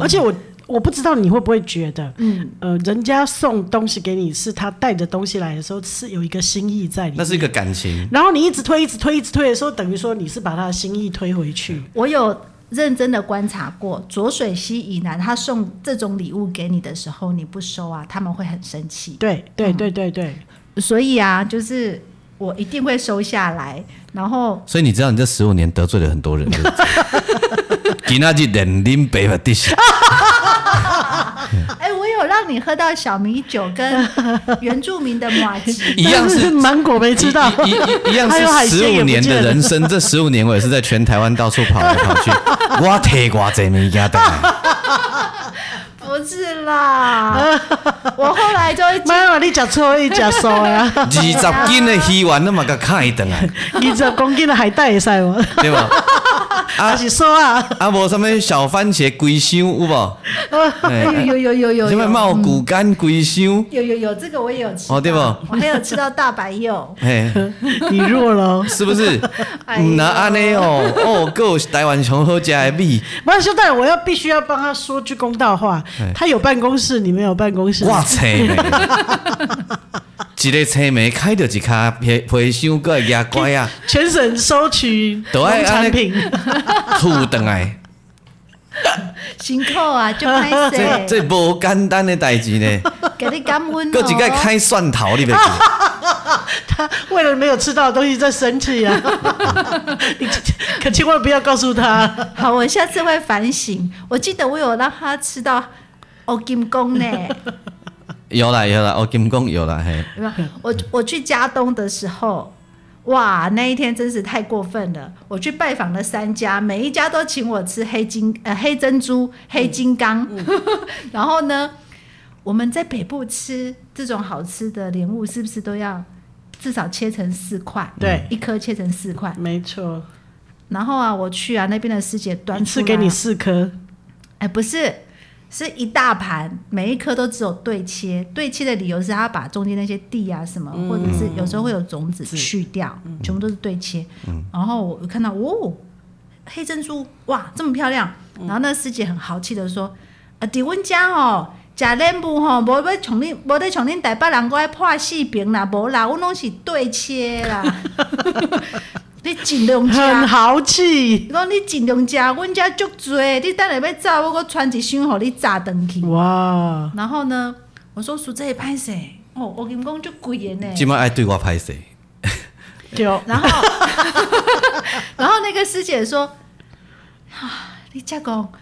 Speaker 1: 而且我我不知道你会不会觉得，嗯呃，人家送东西给你是他带着东西来的时候是有一个心意在里
Speaker 3: 那
Speaker 1: 面，
Speaker 3: 是一个感情，
Speaker 1: 然后你一直推一直推一直推的时候，等于说你是把他的心意推回去，
Speaker 2: 我有认真的观察过，浊水溪以南他送这种礼物给你的时候，你不收啊，他们会很生气。
Speaker 1: 对对对对对，
Speaker 2: 所以啊，就是我一定会收下来，然后
Speaker 3: 所以你知道你这十五年得罪了很多人。对不对 今仔日连恁爸爸地
Speaker 1: 啊
Speaker 3: 下，
Speaker 2: 哎、我有让你喝到小米酒跟原住民的马吉，
Speaker 3: 一样
Speaker 1: 但
Speaker 3: 是
Speaker 1: 芒果没吃到，
Speaker 3: 一一一样
Speaker 1: 还有海
Speaker 3: 是十
Speaker 1: 鲜也
Speaker 3: 五
Speaker 1: 不
Speaker 3: 年
Speaker 1: 见
Speaker 3: 的
Speaker 1: 了
Speaker 3: 人生，这十五年我也是在全台湾到处跑来 跑去，我提我这物件的，
Speaker 2: 不是啦，我后来就会
Speaker 1: 妈妈你吃错一吃素呀，
Speaker 3: 二十斤的鱼丸那么个看一顿 啊，
Speaker 1: 二十公斤的海带也塞我，
Speaker 3: 对吧？
Speaker 1: 还
Speaker 3: 啊
Speaker 1: 是说啊，
Speaker 3: 啊，无什么小番茄规箱有无？
Speaker 2: 哎
Speaker 3: 哎
Speaker 2: 呦呦呦呦
Speaker 3: 什么
Speaker 2: 呦，
Speaker 3: 茂
Speaker 1: 嗯
Speaker 3: 谷干规箱？
Speaker 2: 有有有，这个我也有吃到
Speaker 3: 哦对不，
Speaker 2: 我还有吃到大白柚
Speaker 3: 嘿，
Speaker 1: 你弱了哦。
Speaker 3: 是不是？
Speaker 2: 哎呦
Speaker 3: 嗯，那安尼哦，哦，还有台湾上好食的米，
Speaker 1: 不是，兄弟，我要必须要帮他说句公道话
Speaker 3: 哎。
Speaker 1: 他有办公室，你没有办公室。
Speaker 3: 我青梅，一个青梅开着一卡皮皮箱个牙乖 啊，
Speaker 1: 全省收 取
Speaker 3: 都
Speaker 1: 农
Speaker 3: 爱
Speaker 1: 产品，
Speaker 3: 吐等来，
Speaker 2: 行扣啊，就 拍
Speaker 3: 这
Speaker 2: 谁
Speaker 3: 这无简单的代志呢。
Speaker 2: 给你感恩
Speaker 3: 搁
Speaker 2: 哦。
Speaker 3: 一个开蒜头，你袂 记？
Speaker 1: 他为了没有吃到的东西在生气 啊！你可千万不要告诉他，
Speaker 2: 好，我下次会反省。我记得我有让他吃到哦金公呢，
Speaker 3: 有啦有啦，我金讲有啦嘿。
Speaker 2: 有没有我我去加东的时候，哇，那一天真是太过分了。我去拜访了三家，每一家都请我吃黑金呃黑珍珠、黑金刚，
Speaker 1: 嗯
Speaker 2: 然后呢，我们在北部吃这种好吃的莲雾，是不是都要至少切成四块？
Speaker 1: 对
Speaker 2: 一颗切成四块。
Speaker 1: 没错，
Speaker 2: 然后啊，我去啊那边的师姐端
Speaker 1: 一
Speaker 2: 出
Speaker 1: 次
Speaker 2: 来
Speaker 1: 给你
Speaker 2: 啊
Speaker 1: 四颗，
Speaker 2: 哎，不是，是一大盘，每一颗都只有对切。对切的理由是他把中间那些地啊什么，或者是有时候会有种子去掉，全部都是对切。然后我看到哦，黑珍珠哇，这么漂亮。然后那师姐很豪气的说：“啊，伫阮家吼。”食莲雾吼，无要从恁，无得从恁台北人过来破四平啦，无啦，阮拢是对切啦。 你尽量啊食。
Speaker 1: 很豪气
Speaker 2: 伊讲你尽量食，阮遮足多，你等下要走，我阁穿一箱互你炸转去。
Speaker 1: 哇！
Speaker 2: 然后呢，我说叔这也歹势，哦，我跟你讲足贵的呢。
Speaker 3: 即摆爱对我歹势，
Speaker 1: 就
Speaker 2: 然后，然后那个师姐说， 啊，你遮讲，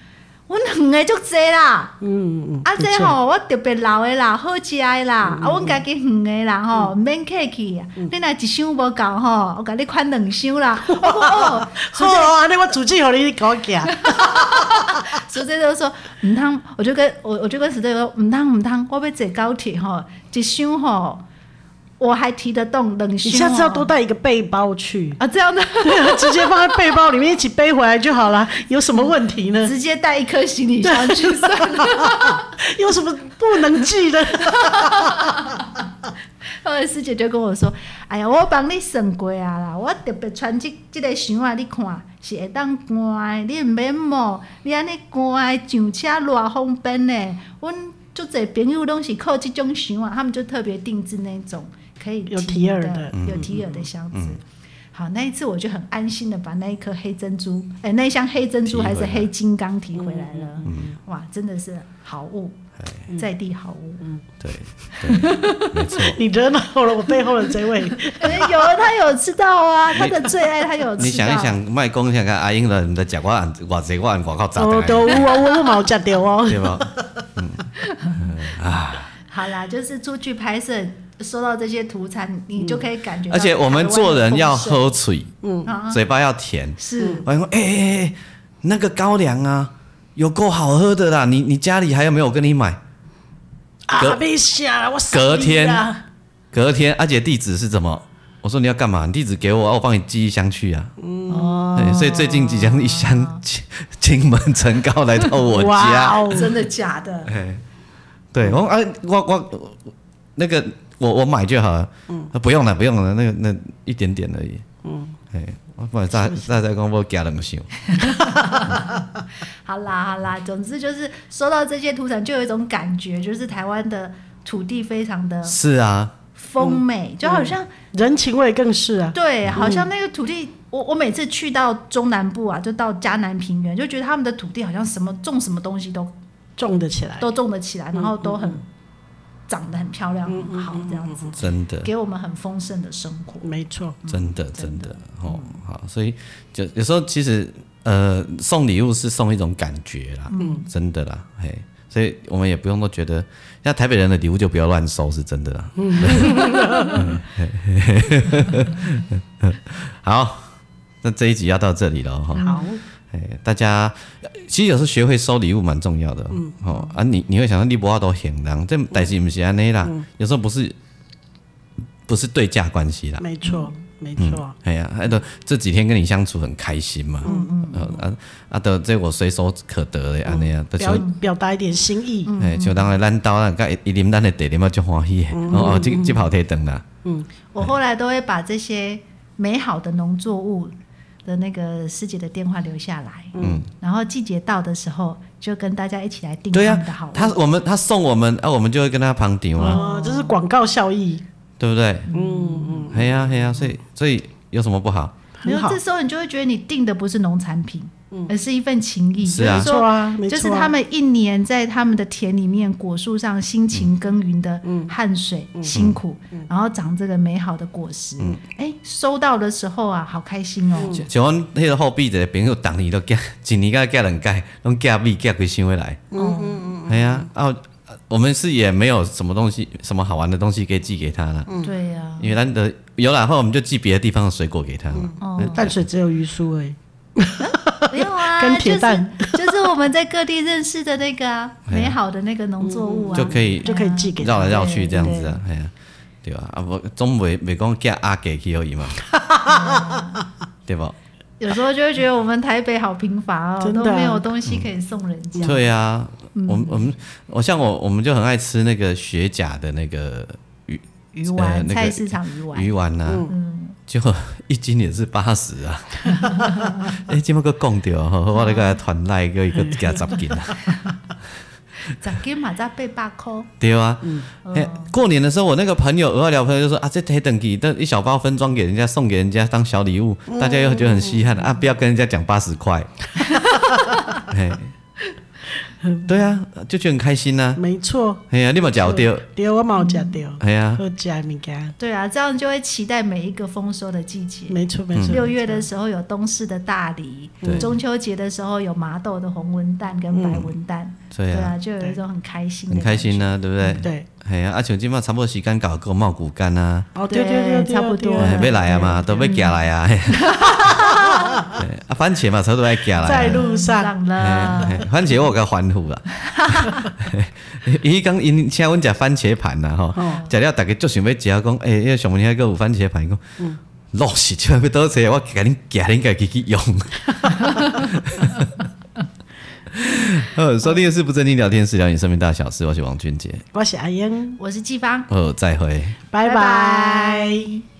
Speaker 2: 阮两个足多啦，
Speaker 1: 嗯，嗯
Speaker 2: 啊，这吼我特别老的啦，好食的啦，啊，阮家己远的啦吼，毋免客气啊，你若一箱无够吼，我甲你款两箱啦。我讲哦，
Speaker 1: 好啊，那我煮计好你搞假，
Speaker 2: 石队就说唔通，我就跟我我就跟石队说唔通唔通，我要坐高铁吼，一箱吼，我还提得动两
Speaker 1: 你下
Speaker 2: 箱。
Speaker 1: 次 要多带一个背包去。
Speaker 2: 啊，这样的
Speaker 1: 对啊，直接放在背包里面一起背回来就好了，有什么问题 呢？
Speaker 2: 直接带一颗行李箱去算了。
Speaker 1: 有什么不能记的？
Speaker 2: 后来师姐就跟我说：“哎呀，我帮你算过啊啦，我特别穿这这个箱啊，你看是会当关的，你毋免摸，你安尼关的上车偌方便呢。阮足侪朋友拢是靠这种箱啊，他们就特别定制那种可以
Speaker 1: 有
Speaker 2: 提
Speaker 1: 提耳
Speaker 2: 的
Speaker 1: 的、
Speaker 2: 有提耳的箱子。好，那一次我就很安心的把那一颗黑珍珠，哎、那一箱黑珍珠还是黑金刚提回来了，哇，真的是好物，在地好物。
Speaker 3: 对对，没错。
Speaker 1: 你惹恼了我背后的这位。
Speaker 2: 哎有他有吃到啊，他的最爱他有吃到。
Speaker 3: 你想一，想，卖讲想个阿英了，毋知食我按偌济我按外口砸
Speaker 1: 哦，
Speaker 3: 的，
Speaker 1: 都有啊，我我冇食到哦。
Speaker 3: 对无？嗯，啊，
Speaker 2: 好啦，就是出去拍摄，收到这些土产，你就可以感觉到
Speaker 3: 嗯而
Speaker 2: 台湾
Speaker 3: 且
Speaker 2: 的丰盛。
Speaker 3: 我们做人要喝水，
Speaker 2: 啊，
Speaker 3: 嘴巴要甜。
Speaker 2: 是
Speaker 3: 我还说，哎哎哎，那个高粱啊，有够好喝的啦！你你家里还有没有？我跟你买。
Speaker 1: 啊，
Speaker 3: 隔
Speaker 1: 被吓了，我傻
Speaker 3: 隔
Speaker 1: 逼
Speaker 3: 天
Speaker 1: 啦
Speaker 3: 隔天，啊阿姐地址是怎么？我说你要干嘛？你地址给我，啊我帮你寄一箱去啊。
Speaker 2: 哦
Speaker 3: 对，所以最近即将一箱 金金门陈高来到我
Speaker 1: 哇
Speaker 3: 家。
Speaker 1: 哦，
Speaker 2: 真的假的？
Speaker 3: 哎，对，我哎、我我那个我我买就好了，嗯，不用了，不用了，那个那一点点而已，嗯，哎，我不然再再再讲我加了不行，
Speaker 2: 好啦好啦，总之就是收到这些土产，就有一种感觉，就是台湾的土地非常的
Speaker 3: 是啊，
Speaker 2: 丰美，就好像
Speaker 3: 嗯
Speaker 1: 人情味更是啊，
Speaker 2: 对，好像那个土地，我我每次去到中南部啊，就到嘉南平原，就觉得他们的土地好像什么种什么东西都
Speaker 1: 种得起来。
Speaker 2: 都种得起
Speaker 3: 嗯
Speaker 2: 来，然后都很长得很漂亮，很好这样子，
Speaker 3: 真的，
Speaker 2: 给我们很丰盛的生活。
Speaker 1: 没错，
Speaker 3: 嗯真的，真的，哦，好，所以就有时候其实呃，送礼物是送一种感觉啦，嗯，真的啦，嘿。所以我们也不用都觉得，像台北人的礼物就不要乱收，是真的啦。嗯、 好，那这一集要到这里了哈。
Speaker 2: 好，
Speaker 3: 哎，大家呃其实有时候学会收礼物蛮重要的。嗯，哦啊你，你会想到你不要都行人，这代志不是安尼啦，有时候不是不是对价关系啦。
Speaker 1: 没错，没错，
Speaker 3: 哎呀，还都这几天跟你相处很开心嘛。嗯嗯。啊啊，都这我随手可得的安尼啊，都
Speaker 1: 表
Speaker 3: 像
Speaker 1: 表达一点心意。
Speaker 3: 哎，像当然咱兜咱甲一啉咱的茶啉嘛，就欢喜的。哦，哦这这跑啊腿等啦。
Speaker 2: 我后来都会把这些美好的农作物的那个师姐的电话留下来，嗯，然后季节到的时候就跟大家一起来订
Speaker 3: 对
Speaker 2: 他
Speaker 3: 呀
Speaker 2: 们的好，物。
Speaker 3: 他我们他送我们啊，我们就会跟他旁顶嘛，
Speaker 1: 哦，这是广告效益，
Speaker 3: 对不对？嗯嗯。哎呀哎呀，所以所以有什么不好？嗯
Speaker 2: 然
Speaker 1: 很
Speaker 2: 后
Speaker 1: 好
Speaker 2: 这。时候你就会觉得你订的不是农产品，而是一份情谊，
Speaker 3: 是啊
Speaker 1: 没
Speaker 2: 就是
Speaker 1: 错
Speaker 2: 说。
Speaker 1: 啊，没错啊，
Speaker 2: 就是他们一年在他们的田里面、果树上辛勤耕耘的汗水、辛苦，然后长这个美好的果实。哎、收到的时候啊，好开心哦！
Speaker 3: 像阮迄个后壁一个朋友，逐年都寄， 一年甲寄两届，拢寄米寄几箱回来。
Speaker 2: 哦
Speaker 3: 哎呀、啊，啊，我们是也没有什么东西，什么好玩的东西可以寄给他啦，
Speaker 2: 对啊呀、
Speaker 3: 因为咱的有然后我们就寄别的地方的水果给他嘛。
Speaker 2: 哦，
Speaker 1: 淡水只有鱼酥而已。
Speaker 2: 没有 啊，
Speaker 1: 跟铁蛋
Speaker 2: 就是就是我们在各地认识的那个 啊、
Speaker 3: 哎呀
Speaker 2: 美好的那个农作物啊，
Speaker 3: 就可以
Speaker 1: 就可以寄给他
Speaker 3: 绕来绕去这样子啊，哎呀，对吧？啊，不，总袂袂讲寄阿给去而已嘛， 对不？
Speaker 2: 有时候就会觉得我们台北好贫乏哦，
Speaker 1: 真的啊
Speaker 2: 都没有东西可以送人家。
Speaker 3: 对啊，
Speaker 1: 嗯
Speaker 3: 我们我们我像我我们就很爱吃那个雪甲的那个
Speaker 2: 鱼
Speaker 3: 呃
Speaker 2: 丸，嗯
Speaker 3: 那个
Speaker 2: 菜市场鱼丸，
Speaker 3: 鱼丸呐、
Speaker 1: 嗯
Speaker 3: 就一斤也是八十 啊！哎、今麦个讲掉，吼我那个团 来个一个加十斤啊，
Speaker 2: 十斤嘛才八百块。
Speaker 3: 对啊。哎、过年的时候，我那个朋友额外聊朋友就说啊，这黑等级，但一小包分装给人家，送给人家当小礼物，大家又觉得很稀罕啊，不要跟人家讲八十 块。哎，对啊，就觉得很开心呐、啊。
Speaker 1: 没错，
Speaker 3: 哎呀、你冇搞掉，
Speaker 1: 丢我冇吃丢，
Speaker 3: 哎呀、
Speaker 1: 喝加米干。
Speaker 2: 对啊，这样就会期待每一个丰收的季节。
Speaker 1: 没错没错，
Speaker 2: 六月的时候有东市的大梨
Speaker 3: 嗯对，
Speaker 2: 中秋节的时候有麻豆的红文蛋跟白文蛋，
Speaker 3: 对啊，
Speaker 2: 啊，就有一种很开心的
Speaker 3: 很
Speaker 2: 感觉，
Speaker 3: 开心呐、对不对？
Speaker 1: 对，
Speaker 3: 哎呀、啊，而且今麦差不多时间搞个茂谷干啊。
Speaker 1: 哦对对对，对
Speaker 2: 差不多
Speaker 1: 对
Speaker 3: 哎
Speaker 2: 了
Speaker 1: 对
Speaker 3: 要来啊嘛，都要寄来啊。嘿 对啊，番茄嘛，差不多要寄来 啊。
Speaker 1: 在路上，
Speaker 2: 上
Speaker 3: 嘿。
Speaker 2: 了。
Speaker 3: 嘿番茄我有甲欢呼啦！伊讲因请阮食番茄盘啦吼，食了逐个足想要食，讲诶，迄个上面遐个有番茄盘，伊讲老实即摆要倒车，我甲恁寄恁家己去用。 呃，收听的是不正经聊天室，聊你生命大小事，我是王俊杰，
Speaker 1: 我是阿英，
Speaker 2: 我是季芳，
Speaker 3: 哦，再会。
Speaker 1: 拜拜
Speaker 2: 拜拜。